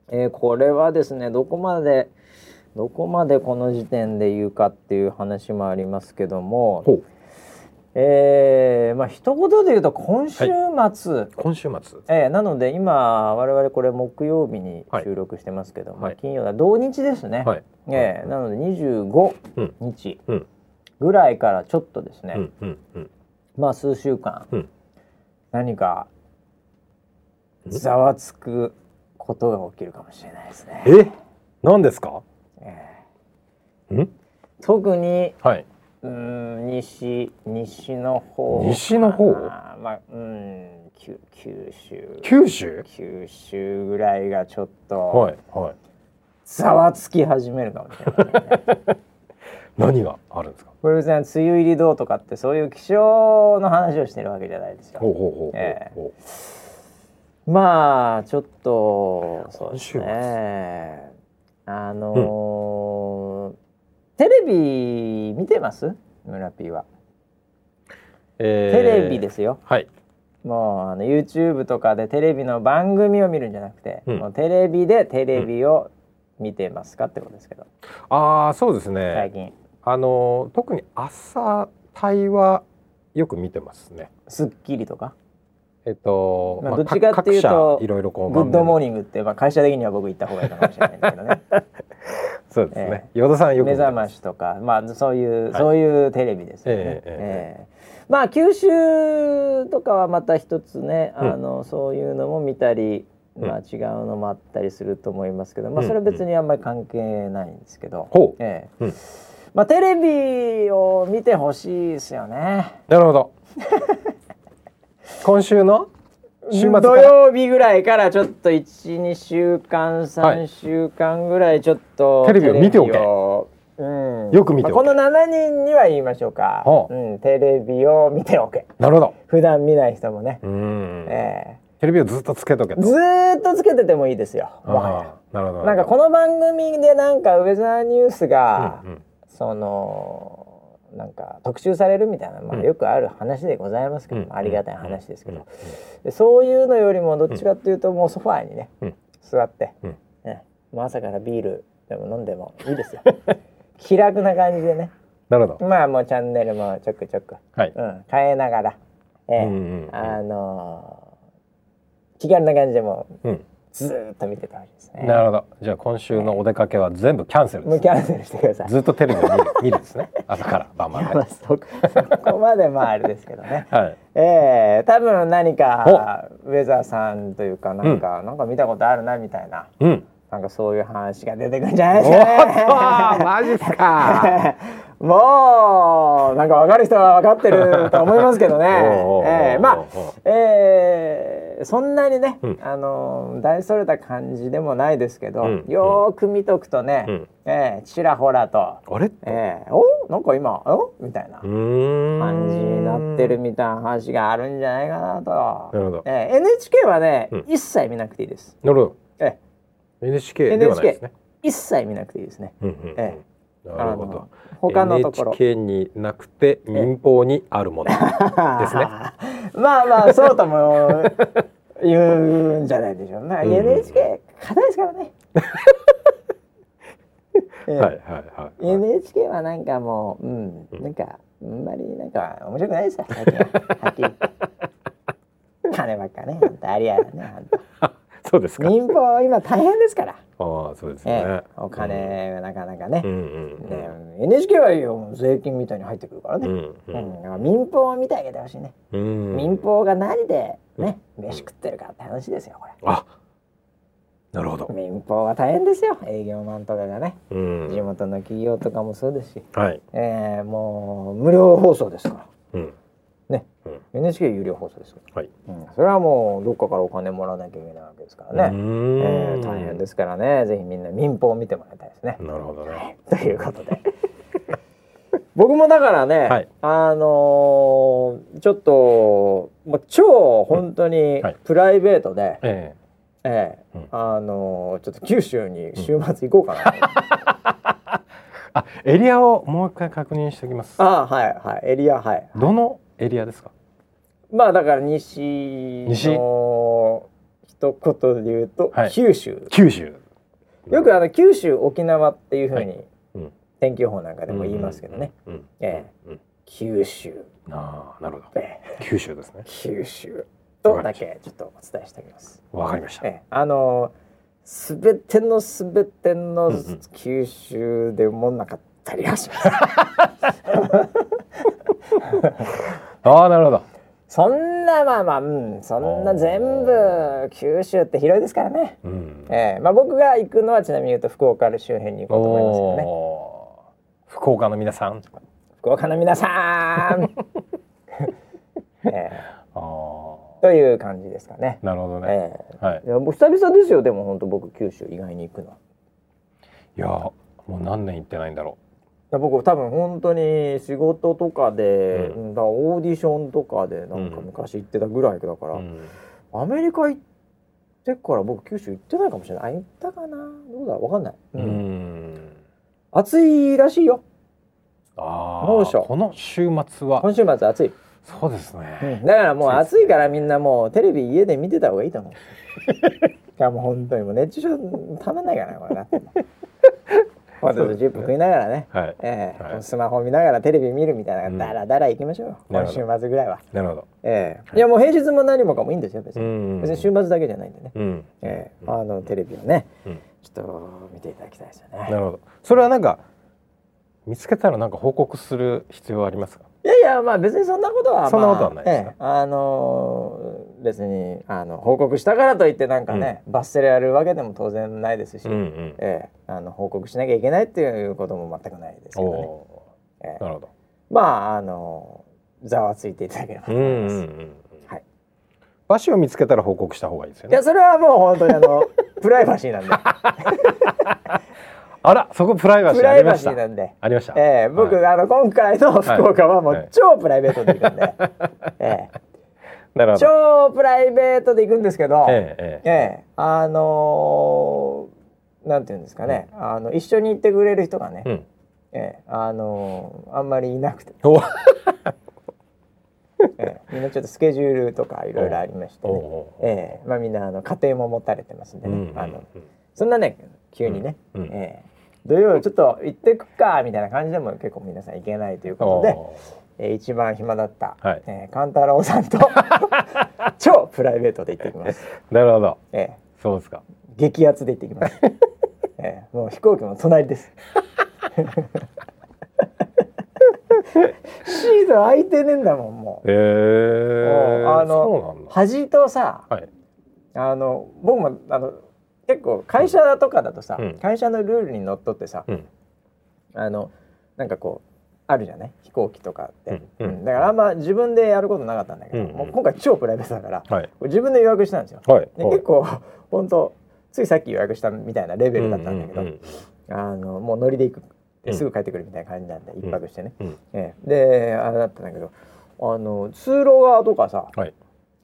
えーこれはですねどこまでどこまでこの時点で言うかっていう話もありますけど
え
も、
ほう。
えーまあ一言で言うと今週末、
今週末。
えーなので今我々これ木曜日に
はい
収録してますけど、ま
は
あ、
い
金曜だ同日ですね、
はい。
えーなので25
うん
日
うん
ぐらいからちょっとですね、
うんうんうん。
まあ数週間、
うん
何か
ん
ざわつくことが起きるかもしれないですね。
え、何ですか？
え
ん？
ー特に
はい。
うーん西西の方
西の方
あーまあうん九九州
九州？
九州ぐらいがちょっと
はいはい。
ざわつき始めるかもしれない。
[LAUGHS] 何があるんですか？
これ別に梅雨入りどうとかってそういう気象の話をしてるわけじゃないです
ほ
よ。
うほうほうほう。
ええ
ほ
まあちょっとそうで
今
す
週末
ね。あのーテレビ見てます村 P は、
うえ。
テレビですすよ。
はい。
もうあの YouTube とかでテレビの番組を見るんじゃなくて、
うん
もうテレビでテレビを見てますかってことですけど、
ああそうですね。
最近
あのー特に朝帯はよく見てますね。
『スッキリ』とか
えっと、
まあどっちかっていうと
各各社いろいろ
「
こ
グ
う
ッドモー
ニン
ニング」って、まあ、会社的には僕行った方がいいかもしれないんだけど
[LAUGHS]
ね。
グそうですね。与田さんよく
目
見て
覚
ま。
ますしとか、まあ、そういう、
はい
そういうテレビですよね。
ええ
ええまあ、九州とかはまた一つね、
うん
あの、そういうのも見たり。
うん
まあ、違うのもあったりすると思いますけど、まあ、
うん
それは別にあんまり関係ないんですけど。
ほう。
ええ
うん
まあ、テレビを見てほしいですよね。
なる
[LAUGHS]
ほど。今週の週末から
土曜日ぐらいからちょっと12週間3週間ぐらいちょっと
テレビを見ておけ
テレビをうん
よく見ておけ
まあこの7人には言いましょうか、
ほう
うん、テレビを見ておけ
なるほど。
普段見ない人もね、
うーん。
え
テレビをずっとつけとけ
え
と。
ずーっとつけててもいいですよもは
ああなるほど。
やなんかこの番組でなんかウェザーニュースが、
うんうん
そのなんか特集されるみたいな、まあ、
うん
よくある話でございますけど、
うん
ありがたい話ですけど、
うん
でそういうのよりもどっちかっていうともうソファーにね、
うん
座って、
うん
ねもう朝からビールでも飲んでもいいですよ [LAUGHS] 気楽な感じでね
なるほど。
まあもうチャンネルもちょくちょく、
はい。
うん、変えながら、ええ
うんうんうん
あのー気軽な感じでもう
うん。
ずーっと見てたわけですね。
なるほどじゃあ今週のお出かけは全部キャンセルで
もう
す
キ
ね
ャンセルしてください。
ずっとテレビを見る見るですね朝から晩ま
[LAUGHS]
で
まあそこそこまでまああれですけどね。
はい
ええ多分何かウェザーさんというかなんか、なんか見たことあるなみたいな
うん
なんかそういう話が出てくるんじゃない
お
です
っと
かね。
マジっすか
[LAUGHS] もうなんか分かる人は分かってると思いますけどね
[LAUGHS] おうおうおうおう。
ええまあ、ええそんなにね、
うん
あの大それた感じでもないですけど、
うん
よーく見とくとね、
うん
ええちらほらと、
あれ
ええおなんか今おみたいな
うーん
感じになってるみたいな話があるんじゃないかなと。
なるほど
ええ NHK はね、
うん
一切見なくていいです。
なるほ
え
ど NHK ではないです
NHK
ね
一切見なくていいですね。
うんうんうん
え
なるほど
あの他のところ
NHK になくて民放にある
[LAUGHS]
ものですね
まあまあそうとも言うんじゃないでしょうね。
うん
NHK 硬いですからね。ええ
[LAUGHS] はいはいはいはい
NHK はなんかもう、うん、なんかあんまりなんか面白くないですよ。最近ははっきり
[LAUGHS]
言って金ばっかね、ほんとありやらね。ほんと
そうですか
民放今大変ですから。
ああそうです
え
ね
え、お金がなかなかね
う。んうんうん
ね NHK はいいよもう税金みたいに入ってくるからね。
うんう
うんん、だから民放を見てあげてほしいね。
うん
民放が何でね、飯食ってるかって話ですよこ
あなるほど
れ民放は大変ですよ営業マンとかがね
うん
地元の企業とかもそうですし、
はい
えー、もう無料放送ですか
うん
らね
うん
NHK 有料放送ですか
はい
ら、うん、それはもうどっかからお金もらわなきゃいけないわけですからね、えー、大変ですすからねぜひみんな民放を見てもらいたいですね。
なるほどね
[LAUGHS] ということで僕もだからね、
はい
あのーちょっと、まあ、超本当に
はい
プライベートで、
え
ええ
うん
あのーちょっと九州に週末行こうかな、
[LAUGHS]
あ
えあエリアをもう一回確認しておきます
あはいはいエリアはい
どのエリアですか
まあだから西の一言で言うと、
はい
九州
九州
よくあの九州沖縄っていうふう
は
に
うん
天気予報なんかでも言いますけどね、
うんうん
え
うんうん
九州
ああなるほど
ええ
九州ですね
九州とだけちょっとお伝えしておきます。
わかりました
ええあのすべてのすべての
うんうん
九州でもなかったりはします。 [LAUGHS]
ああなるほど
そんなまあまあ、うん、そんな全部九州って広いですからね。
うん
ええまあ僕が行くのはちなみに言うと福岡の周辺に行こうと思いますけどね。
おー福岡の皆さん
福岡の皆さん、 [LAUGHS] ええ
ああ
という感じですかね。
なるほどね
ええ
[LAUGHS] はい
いやもう久々ですよでも本当僕九州意外に行くのは。
いやーもう何年行ってないんだろ
いや僕多分本当に仕事とかで、う
う
んだからオーディションとかでなんか
うん
昔行ってたぐらいだか
う
ら、
うん
アメリカ行ってから僕九州行ってないかもしれないあ行ったかなどうだわかんない、
う
うん
ん
暑いらしいよ
ああ
猛暑
この週末は
今週末暑い、
そうです
う
ね
んだからもう
暑
暑
いですね
いからみんなもうテレビ家で見てた方がいいと
[LAUGHS]
思ういやもう本当にもう熱中症たまんないからねこれなポテトチップ食いながらね
はい
ええ
はい
スマホ見ながらテレビ見るみたいな
うん
だらだら行きましょうよ、
な
今
るほ
週
ど
末ぐらいは。
なるほど
ええいやもう平日も何もかもいいんですよ別
う
に、
ん
別に週末だけじゃないんでね、
うん
ええ
うん
あのテレビをね、
うん
ちょっと見ていただきたいですよ
な
ね
るほどそれはなんか見つけたらなんか報告する必要はありますか
いやいやまあ別にそんなことは、まあ
そんなことはないですか
ええあのー別にあの報告したからといってなんかね、罰せられるわけでも当然ないですし、
うんうん
ええあの報告しなきゃいけないっていうことも全くないですけ
お
どね、
お
え
ー
え
なるほど
まああのーざわついていただければと
う
思い
ん
ま
う
す、
んうん
はい
和紙を見つけたら報告した方がいいですよ
い
ね
やそれはもう本当にあのプライバシー
[LAUGHS]
なんで
あらそこプライバシ
プ
ーあ
ライ
りま
バ
し
シ
た
ーなんで
ありました
ええ僕、
はい
あの今回の福岡はも
は
う
い
超プライベートで
[LAUGHS]
行くんで、え
なる
え
ほど
超プライベートで行くんですけど、え
えええ
えあのーなんていうんですかね、あの一緒に行ってくれる人がね、
えうん [LAUGHS]
ええあのーあんまりいなくて、 [LAUGHS]
お
ええみんなちょっとスケジュールとかいろいろありまして、
お
ね
おー
ええまあ、みんなあの家庭も持たれてますんで
う
ね、
んうん
あのそんなね急にね、
うんうん
ええ土曜ちょっと行ってくかみたいな感じでも結構皆さん行けないということで。
おー
えー一番暇だった、
はい [LAUGHS]
えー、カンタロウさんと超プライベートで行ってきます。
なるほど
え
そうですか。
激アツで行ってきま
[LAUGHS]
した、ええもう飛行機の隣ですシート開いてねえんだもんもう
ええー。
あの
そうなんだ。
端とさ
はい。
あの僕もあの結構会社とかだとさ、
うん
会社のルールにのっとってさ、
うん。
あのなんかこうあるじゃない飛行機とかって、
うんうん
うんだからあんま自分でやることなかったんだけど、
うんうん
もう今回超プライベートだから
はい。
自分で予約したんですよ。
はい。
で結構本当ついさっき予約したみたいなレベルだったんだけど、
うう
あのもう乗りで行くってすぐ帰ってくるみたいな感じなんで、一泊してね、
うんうん
ええであれだったんだけどあの通路側とかさ
はい。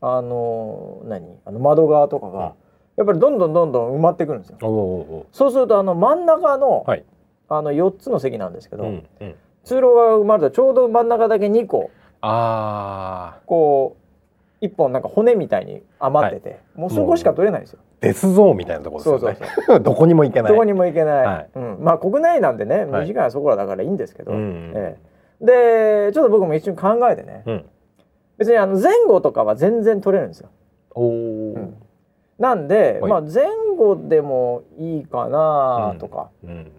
あの何あの窓側とかが、
うん
やっぱりどんどんどんどん埋まってくるんですよ。
おお
そうするとあの真ん中の、
はい
あの4つの席なんですけ
お
ど、
お。うん。うん。
通路側が埋まるとちょうど真ん中だけ2個
ああ。
こう1本なんか骨みたいに余ってて、もうそこしか取れないんですよ。
デスゾーンみたいなところです
そ
よ
う
ね。
そうそう
[LAUGHS] どこにも行けない。
どこにも行けない、
はい
うん、まあ国内なんでね
はい
短いそこらだからいいんですけど、
うんうん
ええでちょっと僕も一瞬考えてね
うん。
別にあの前後とかは全然取れるんですよ。
おお。
うんなんで、
はい
まあ、前後でもいいかなとか、
うん。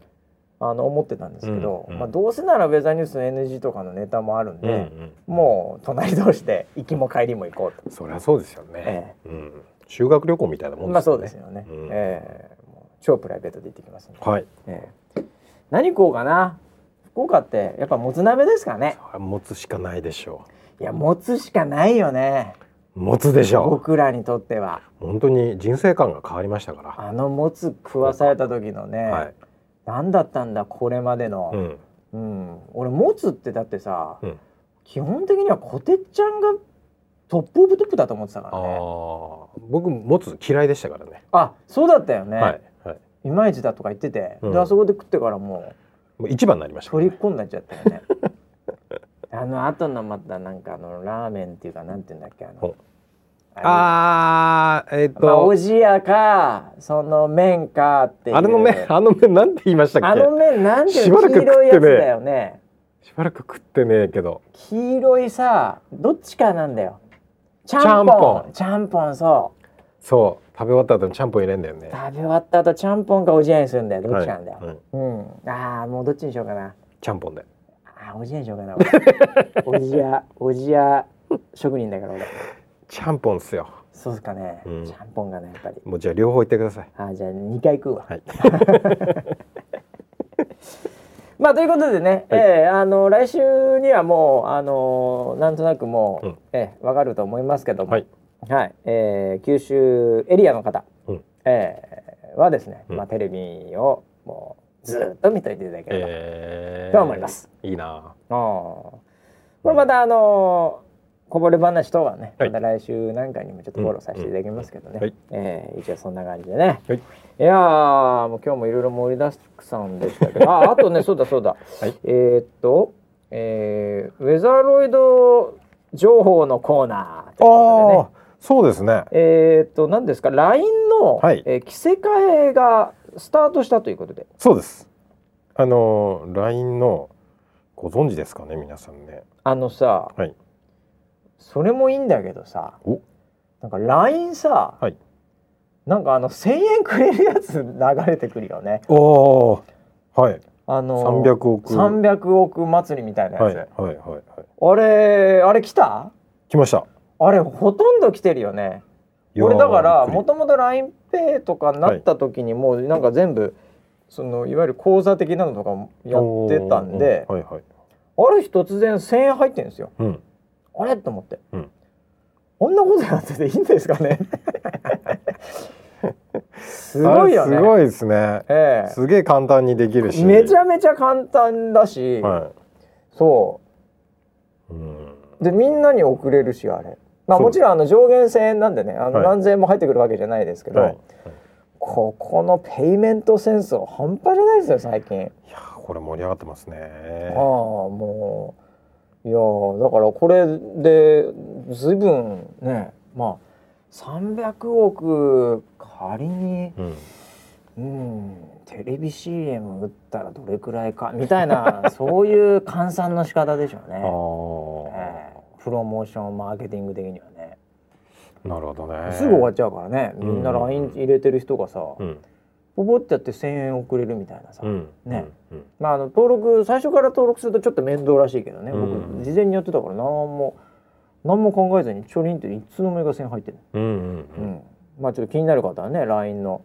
あの思ってたんですけど、
うんうん
まあ、どうせならウェザーニュースの NG とかのネタもあるん
うんう
で、
ん。
もう隣同士で行きも帰りも行こうと、
そりゃそうですよね。
え
うん。修学旅行みたいな
え
もん
まあそうですよね、
うん
ええもう超プライベートで行ってきますんで、
はい。
ええ何食おうかな福岡ってやっぱもつ鍋ですかね
持つしかないでしょ
いやもつしかないよね
う。持つでしょ
僕らにとっては
う。本当に人生観が変わりましたか
あのもつ食わされた時のね、
ら。はい。
何だったんだこれまで
う
の、
ん。
うん俺もつってだってさ、
うん
基本的にはこてっちゃんがトップオブトップだと思ってたか
ああ
らね
ー。僕持つ嫌いでしたからね。
あそうだったよね、
はい。はい。
い、まいちだとか言ってて、
うん
であそこで食ってからも
もう一番になりまし
う
たから
取
ね。
り込んだっちゃったよ
[LAUGHS]
ねあの後のまたなんかあのラーメンっていうかなんて言うんだっけあの
ほ
あ
ああ、えっ
れまあ、お
と。
じやかその麺かっていう
あれの麺、あの麺なんて言いました
あ
っ
の麺なんていう
しばら
の
く
黄
食って
色
ね
いやつだよね
け。しばらく食ってねえけど。
黄色いさどっちかなんだよち
ゃ
ゃん
ん
ぽ
ぽ
んちゃんぽんそう
そう。食べ終わった後にちゃんぽん入れんだよね。
食べ終わった後ちゃんぽんかおじやにするんだよどっちなんだよ、
はいうん
うんああもうどっちにしようかな
ちゃんぽんで。
あーおじやにしようかな [LAUGHS] 俺おじやおじや職人だから俺
ちゃんぽんっすよ。
そうっすかね、
うん
ちゃんぽんがねやっぱり
もうじゃあ両方行ってください。
あーじゃあ2回食うわ [LAUGHS]
はい。
まあということでね、
はい
えーあの来週にはもうあのーなんとなくもう、
うん
えーわかると思いますけども
はい。
はい、えー九州エリアの方、
うん
えーはですね、
うん
まあテレビをもうずっと見といていただければ、
え
とは思います。
いいな
あーこれまたあのーこぼれ話等はね、
はい
また来週なんかにもちょっとフォローさせていただきますけどね、
うんうん
えー一応そんな感じでね、
はい
やーもう今日もいろいろ盛りだくさんでしたけどああとねそうだそうだ、
はい
えーっと、えーウェザーロイド情報のコーナーということでね
ああ、そうですね。
えー、と何ですか LINE の、
はい
えー着せ替えがスタートしたということで
そうです。あのー LINE のご存知ですかね皆さんね。
あのさ、
はい
それもいいんだけどさ
お
なんか LINE さ、
はい
なんかあの1,000円くれるやつ流れてくるよね。
おお、はい。
あの
三百億。
300億祭りみたいなや
はい
つ、
はいはいはい。
あれあれ来た
来ました。
あれほとんど来てるよね
いやー
俺だから
びっくり
もともと LINEPay とかになった時にもうなんか全部、そのいわゆる口座的なのとかもやってたんで
お、ーはいはい。
ある日突然1,000円入ってんですよ。
うん。
あれと思って、
うん
こんなことやってていいんですかね [LAUGHS] すごいよね。
あれすごいですね。
え
すげえ簡単にできる
え
し。
めち
ゃ。
ゃめちゃ簡単だし、
は
そ
い。うん。
うでみんなに送れるしあれ、まあ、
そう
もちろんあの上限1,000円なんでねあの
はい
何千円も入ってくるわけじゃないですけど、
はい。
ここのペイメントセンス半端じゃないですよ最近。
いやーこれ盛り上がってますね。
ああもういやーだからこれで随分ねまあ300億仮に、
うん。
うん、テレビ CM 打ったらどれくらいかみたい
[LAUGHS]
なそういう換算の仕方でしょうね、
ああ。
ええプロモーションマーケティング的にはね
なるほどね
すぐ終わっちゃうからねみんな
うん
LINE 入れてる人がさ、
うん
ポポってやって1,000円送れるみたいなさ、
うん
ね
うんうん
まあ、あの登録最初から登録するとちょっと面倒らしいけどね、
うん
僕事前にやってたから何も何も考えずにちょりんっていつの間にか1000入ってる、
うん
う
うん
んまあちょっと気になる方はね LINE の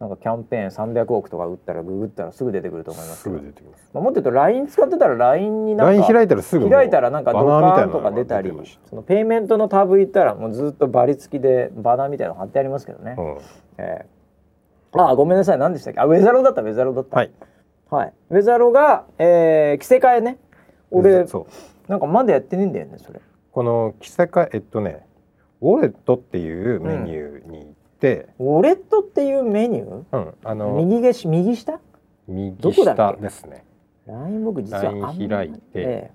なんかキャンペーン300億とか打ったらググったらすぐ出てくると思います
す
けど
ぐ出てきます
まあ、もっと言うと LINE 使ってたら LINE になんか
LINE 開いたらすぐもう
開いたらなんかドカ
バナーみた
ー
いな
ン
の
と
が
か出たり
まし
そのペイメントのタブ行ったらもうずっとバリ付きでバナーみたいなの貼ってありますけどね、
たうん
えーあごめんなさい何でしたっけあウェザローだったウェザローだった
はい
はい、ウェザロが、えー、着せ替えね俺
そう
なんかまだやってねえんだよねそれ
この着せ替ええっとねウォレットっていうメニューに行って、
ウォレットっていうメニュ
うんあ
ー
の
右下し右下
右
どこだっ
下
け
ですね
LINE 僕実はあんまり
LINE 開いて
え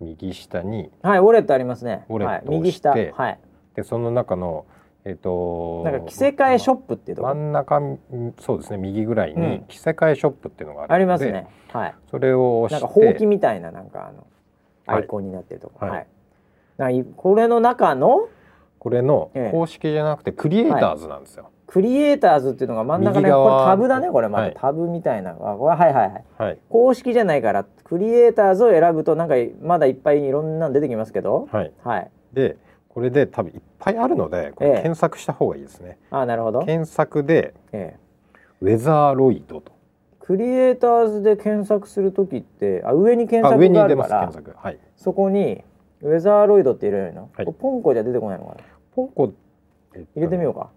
右下に
えはいウォレットありますね
ウォレット
はい、右下
押して
はい
でその中のえっと
なんか着せ替えショップっていうと
真
こ
ん中うんそうですね右ぐらい
うん
に着せ替えショップっていうのがあるので
ありますねはい
それを
な
押
ん
して
かほうきみたいななんかあの
は
ア
い
イコンになってるとこ
はい
はい、ないこれの中の
これの
ええ
公式じゃなくてクリエイターズなんですよ、
クリエイターズっていうのが真ん中ね
右
こ
側
れタブだねこれま
は
た
い
タブみたいな、あこれはいはいはい
はい
公式じゃないからクリエイターズを選ぶとなんかまだいっぱいいろんなの出てきますけど
はい
はい
でこれで多分いっぱいあるのでこれ
ええ
検索した方がいいですね、
あなるほど、え
検索で
え、
ウェザーロイドと
クリエイターズで検索する時ってあ上に検
あ上
索
に
があ
出
る
ま
か
す
ら
検索はい
そこにウェザーロイドって入れるの、
はい
これポンコじゃ出てこないのかな
ポンコ、えっと
入れてみようか、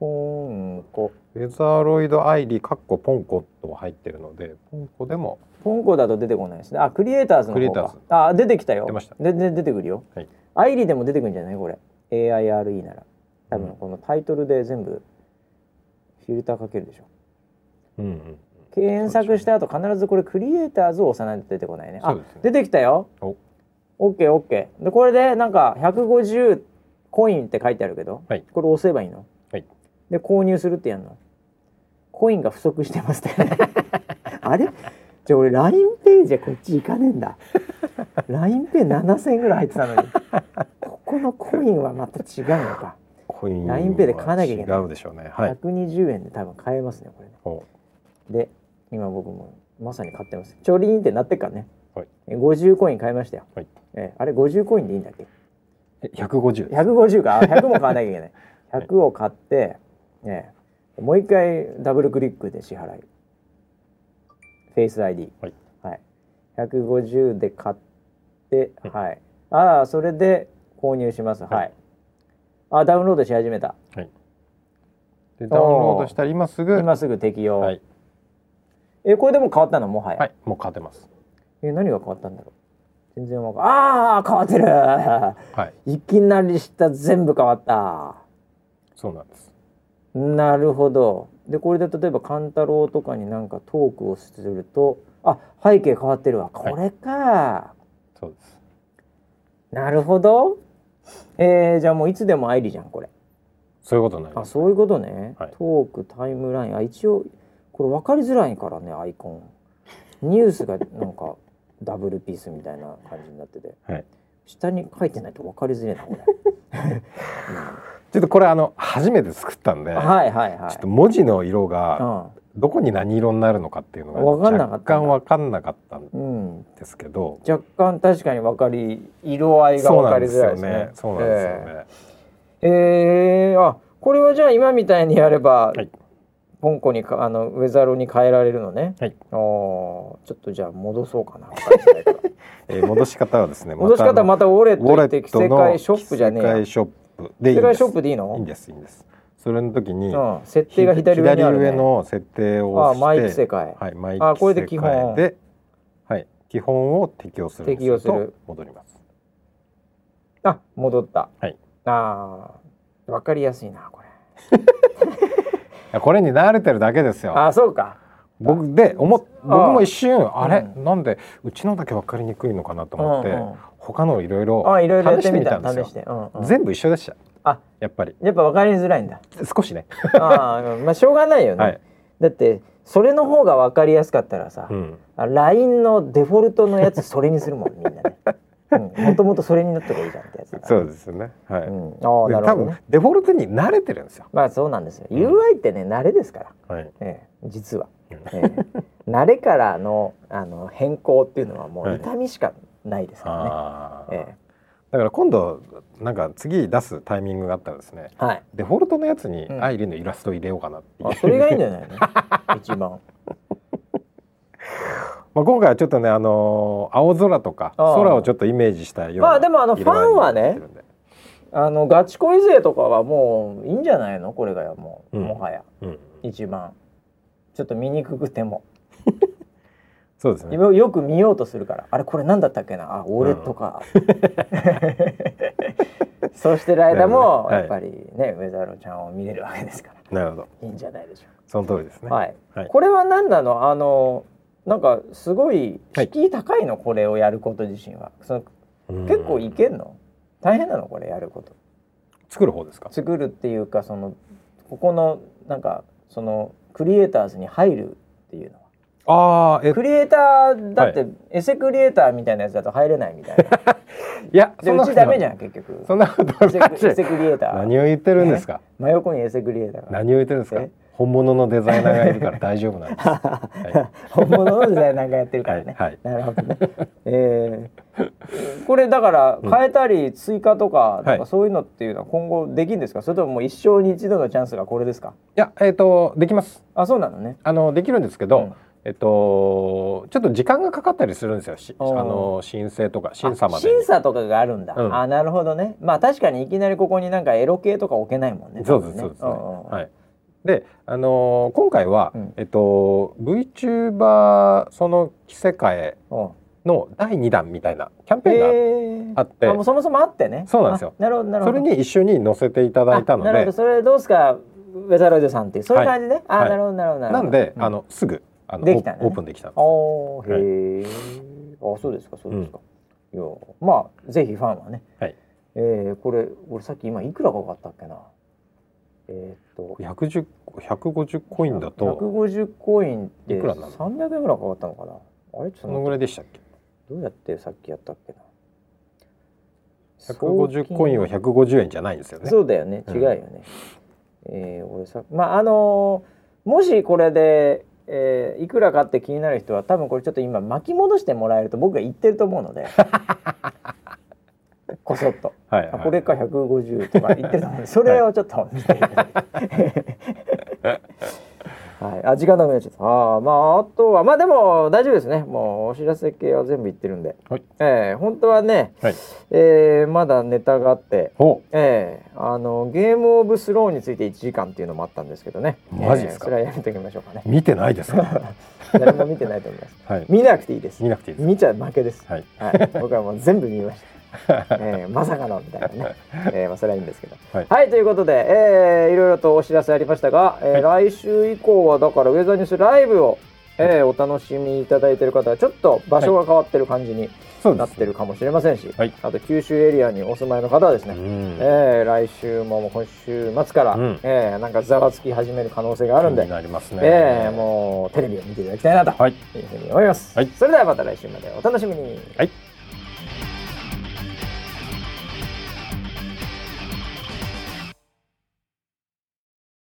ポンコ
ウェザーロイドアイリーかっこポンコと入ってるのでポンコでも
ポンコだと出てこないですねあクリエイターズの
クリエイ
方
ター
か
ズ
あ出てきたよ
出ました
でで出てくるよ、
はい
アイリでも出てくるんじゃないこれ AIRE なら多
うん
分このタイトルで全部フィルターかけるでしょ
うんうん
検索した後必ずこれクリエイターズを押さないと出てこないね
そ
あ
うですね
出てきたよ
お
OKOK でこれでなんか150コインって書いてあるけど、
はい
これ押せばいいの、
はい
で購入するってやんのコインが不足して
[LAUGHS]
ますってあれじゃあ俺 LINEPay じゃこっち行かねえんだ LINEPay7000 円ぐらい入ってたのにここのコインはまた違うのか
コイン
LINEPay で買わなきゃいけない
は違うでしょうねはい
120円で多分買えますねこれね
お
で今僕もまさに買ってますちょりんってなってっからね、
はい
え50コイン買いましたよ、
はい
えあれ50コインでいいんだっけ
え150です
150かあ100も買
[LAUGHS]
わなきゃいけない100を買って、ね、もう一回ダブルクリックで支払いフェイス ID
はい、
はい、150で買って、はいああそれで購入しますはい、
はい
あダウンロードし始めた
でダウンロードしたら今すぐ
今すぐ適用、
はい、
えこれでもう変わったのもはや、
はい、もう勝てます
え何が変わったんだろう全然わかんああ変わってる [LAUGHS]
はい
いきなり下全部変わった
そうなんです
なるほどでこれで例えば勘太郎とかになんかトークをするとあ背景変わってるわこれか、
そうです
なるほどえー、じゃあもういつでもアイリじゃんこれ
そういうことになりま
あ
す
そういうことね、
はい
トークタイムラインあ一応これ分かりづらいからねアイコンニュースがなんか [LAUGHS] ダブルピースみたいな感じになってて
はい
下に書いてないと分かりづらいなこれ
ちょっとこれあの初めて作ったんで、
はいはいはい
ちょっと文字の色が
うん
どこに何色になるのかっていうのが
わかんなか
若
った
干わかんなかったん
うん、
ですけど、
若干確かに分かり色合いが
そう
分
な
か
ん
り
です
づらい
よ
です
ね
ね。
そうなんですよね。
えーえーあこれはじゃあ今みたいにやれば、
はい
ポンコにかあのウェザロに変えられるのね。
はい
あーちょっとじゃあ戻そうかな。分
[LAUGHS]
かりづらいから
えー戻し方はです
[LAUGHS]
ね、
戻し方
ま
またウォレ
た
ッ
あのウ
ト
ォ
行って
レッ
着
ト
せ
の
替えショップじゃねえ
着せ替
や。
えショップでい
着せ替
いん
え
で
シ
す。
ョップでいいの？
いいんですいいんです。それの時に、
うん、設定が左上にある、ね。
左上の設定を
あ
押
ー
して、
マイク世界。
はいマイ
あ
ク
これで
着せ
基
替
本
えで、はい基本を適用するんですけど
適用する
戻ります。
あ戻った。
はい
ああ分かりやすいなこれ。
いやこれに慣れてるだけですよ。
あそうか。
僕で思っ僕も一瞬あれ、
う
なんでうちのだけ分かりにくいのかなと思って、
うんうん
他のいろいろ
あいろいろやっ
試しててみ
み
た
た
んですよ
試して、うんうん
全部一緒でした
あ
やっぱり
やっぱ分かりづらいん
[LAUGHS]
だ
少しね
ああまあしょうがないよね、
はい、
だってそれの方が分かりやすかったらさ、
うん、 [LAUGHS]
あ LINE のデフォルトのやつそれにするもんみんなねうんもともとそれになってこいいじゃんってやつだから
そうですよね。はい。
うん、ああ
で
なる
多
ほど、
分
ね、
デフォルトに慣れてるんですよ。
まあそうなんですよ、
うん
UI ってね慣れですから、
はい。
ええ、実は、
う
え
ん
え、慣れからのあの変更っていうのはも
はいう
痛みしかないですからね、
ああ、
え
だから今度なんか次出すタイミングがあったらですね。
え、はい
デフォルトのやつに
うん
アイリンのイラスト入れようかなっていう、
あそれがいいんじゃないの一番
[LAUGHS] まあ今回はちょっとねあのー青空とか
ああ
空をちょっとイメージしたような
まあでもあの
色合い
ファンはね
になってるんで
あのガチ恋勢とかはもういいんじゃないのこれがよもう、
うん
もはや
うん、
一番ちょっと見にくくても、
そうですね。
今よく見ようとするからあれこれ何だったっけなあ俺とか、 [LAUGHS] そうしてる間も、
な
や
る
っ
ほ
ぱりね、ウェザーロちゃんを見れるわけですから
なるほど。
いいんじゃないでしょう
その通りですね。
か、はい、
はい
これは何なのあのなんかすごい
はい
敷居高いの、これをやること自身はその
うん
結構いけんの大変なのこれやること
作る方ですか。
作るっていうかそのここのなんかそのクリエイターズに入るっていうのは
ああ、えっと
クリエイターだって、エセクリエイターみたいなやつだと入れないみ
[LAUGHS]
たいな
いや、
でうちダメじゃん結局
そんなこと
エセ
ない。そんなこと
ク
な
エ
い
セクリエイター
何を言ってるんですか。
真横にエセクリエイターが [LAUGHS]
何を言ってるんですか
え。
本物のデザイナーがいるから大丈夫な
[LAUGHS]
んです。は
本物のデザイナーがやってるからね、
はいはい
なるほ
[LAUGHS]
どね、えー、これだから変えたり追加とか,、
はい
そういうのっていうのは今後できるんですかそれとももう一生に一度のチャンスがこれですか
いや、えっ、とできます。
あそうなのね
あのできるんですけど、
うん
えっとちょっと時間がかかったりするんですよ。しあ
おー
の申請とか審査
あ
までに。
審査とかがあるんだ、
うん
あなるほどねまあ確かにいきなりここになんかエロ系とか置けないもんね
そうです、
多
そう
分
ですね。
んうん
はい。で、あのー今回は、
うん
えっと VTuber その着せ替え
うん
の第2弾みたいなキャンペーンがあって
へ
あ
あ
って
もうそもそもあってね
そうなんですよ
あなるほどなるほ
そ
ど
れに一緒に載せていただいたの
あなるほ
で
どそれどうですかウェザーロイドさんっていうそういう感じね、あ
はい
なるほどなるほどるほ
な
ど
んで、
うん
あのすぐあの
できたね
オープンできたんです
おー
はい
へえ、あそうですかそうですか、いやまあぜひファンはね、
はい
えーこれ俺さっき今いくらかかったっけなえーっと
110 150コインだと
150コインって
いくらなの
300円ぐらいかかったのかなあれちょっと
その
待
ぐらいでしたっけ
ってどうやってさっきやったっけな
150コインは150円じゃないんですよね
そうだよね
うん
違うよね、えー俺さまああのーもしこれで、えーいくらかって気になる人は多分これちょっと今巻き戻してもらえると僕が言ってると思う
[LAUGHS]
のでこそっと、
はい、は
あ
い、
これか150とか言ってると思うのでそれをちょっと見て
[LAUGHS]
いただいてはい、あ時間なくなっちゃったあーまああとはまあでも大丈夫ですねもうお知らせ系は全部言ってるんで、
はい
えー本当はね、
はい
えーまだネタがあって
お
ええあのゲームオブスローンについて1時間っていうのもあったんですけどね。
マジですか。
ええそれはやめておきましょうかね [LAUGHS]
見てないですか
誰も見てないと思います。
はい
見なくていいです
見。なくていいです
見ちゃ負けです。
はい
はい、僕はもう全部見ました。ええまさかのみたいなね。ええまあそれはいいんですけど。
[LAUGHS] はい
ということで、ええいろいろとお知らせありましたが、ええ来週以降はだからウェザーニュースライブを、ええお楽しみいただいている方はちょっと場所が変わってる感じに
そう
な
で
っ
す
てるかもしれませんし、
はい
あと九州エリアにお住まいの方はですね、
うん
えー、来週ももう今週末から、
うん
えーなんかざわつき始める可能性があるんで、
気になりますね
えーもうテレビを見ていただきたいなと
はい
いうふうに思います、
はい
それではまた来週までお楽しみに
はい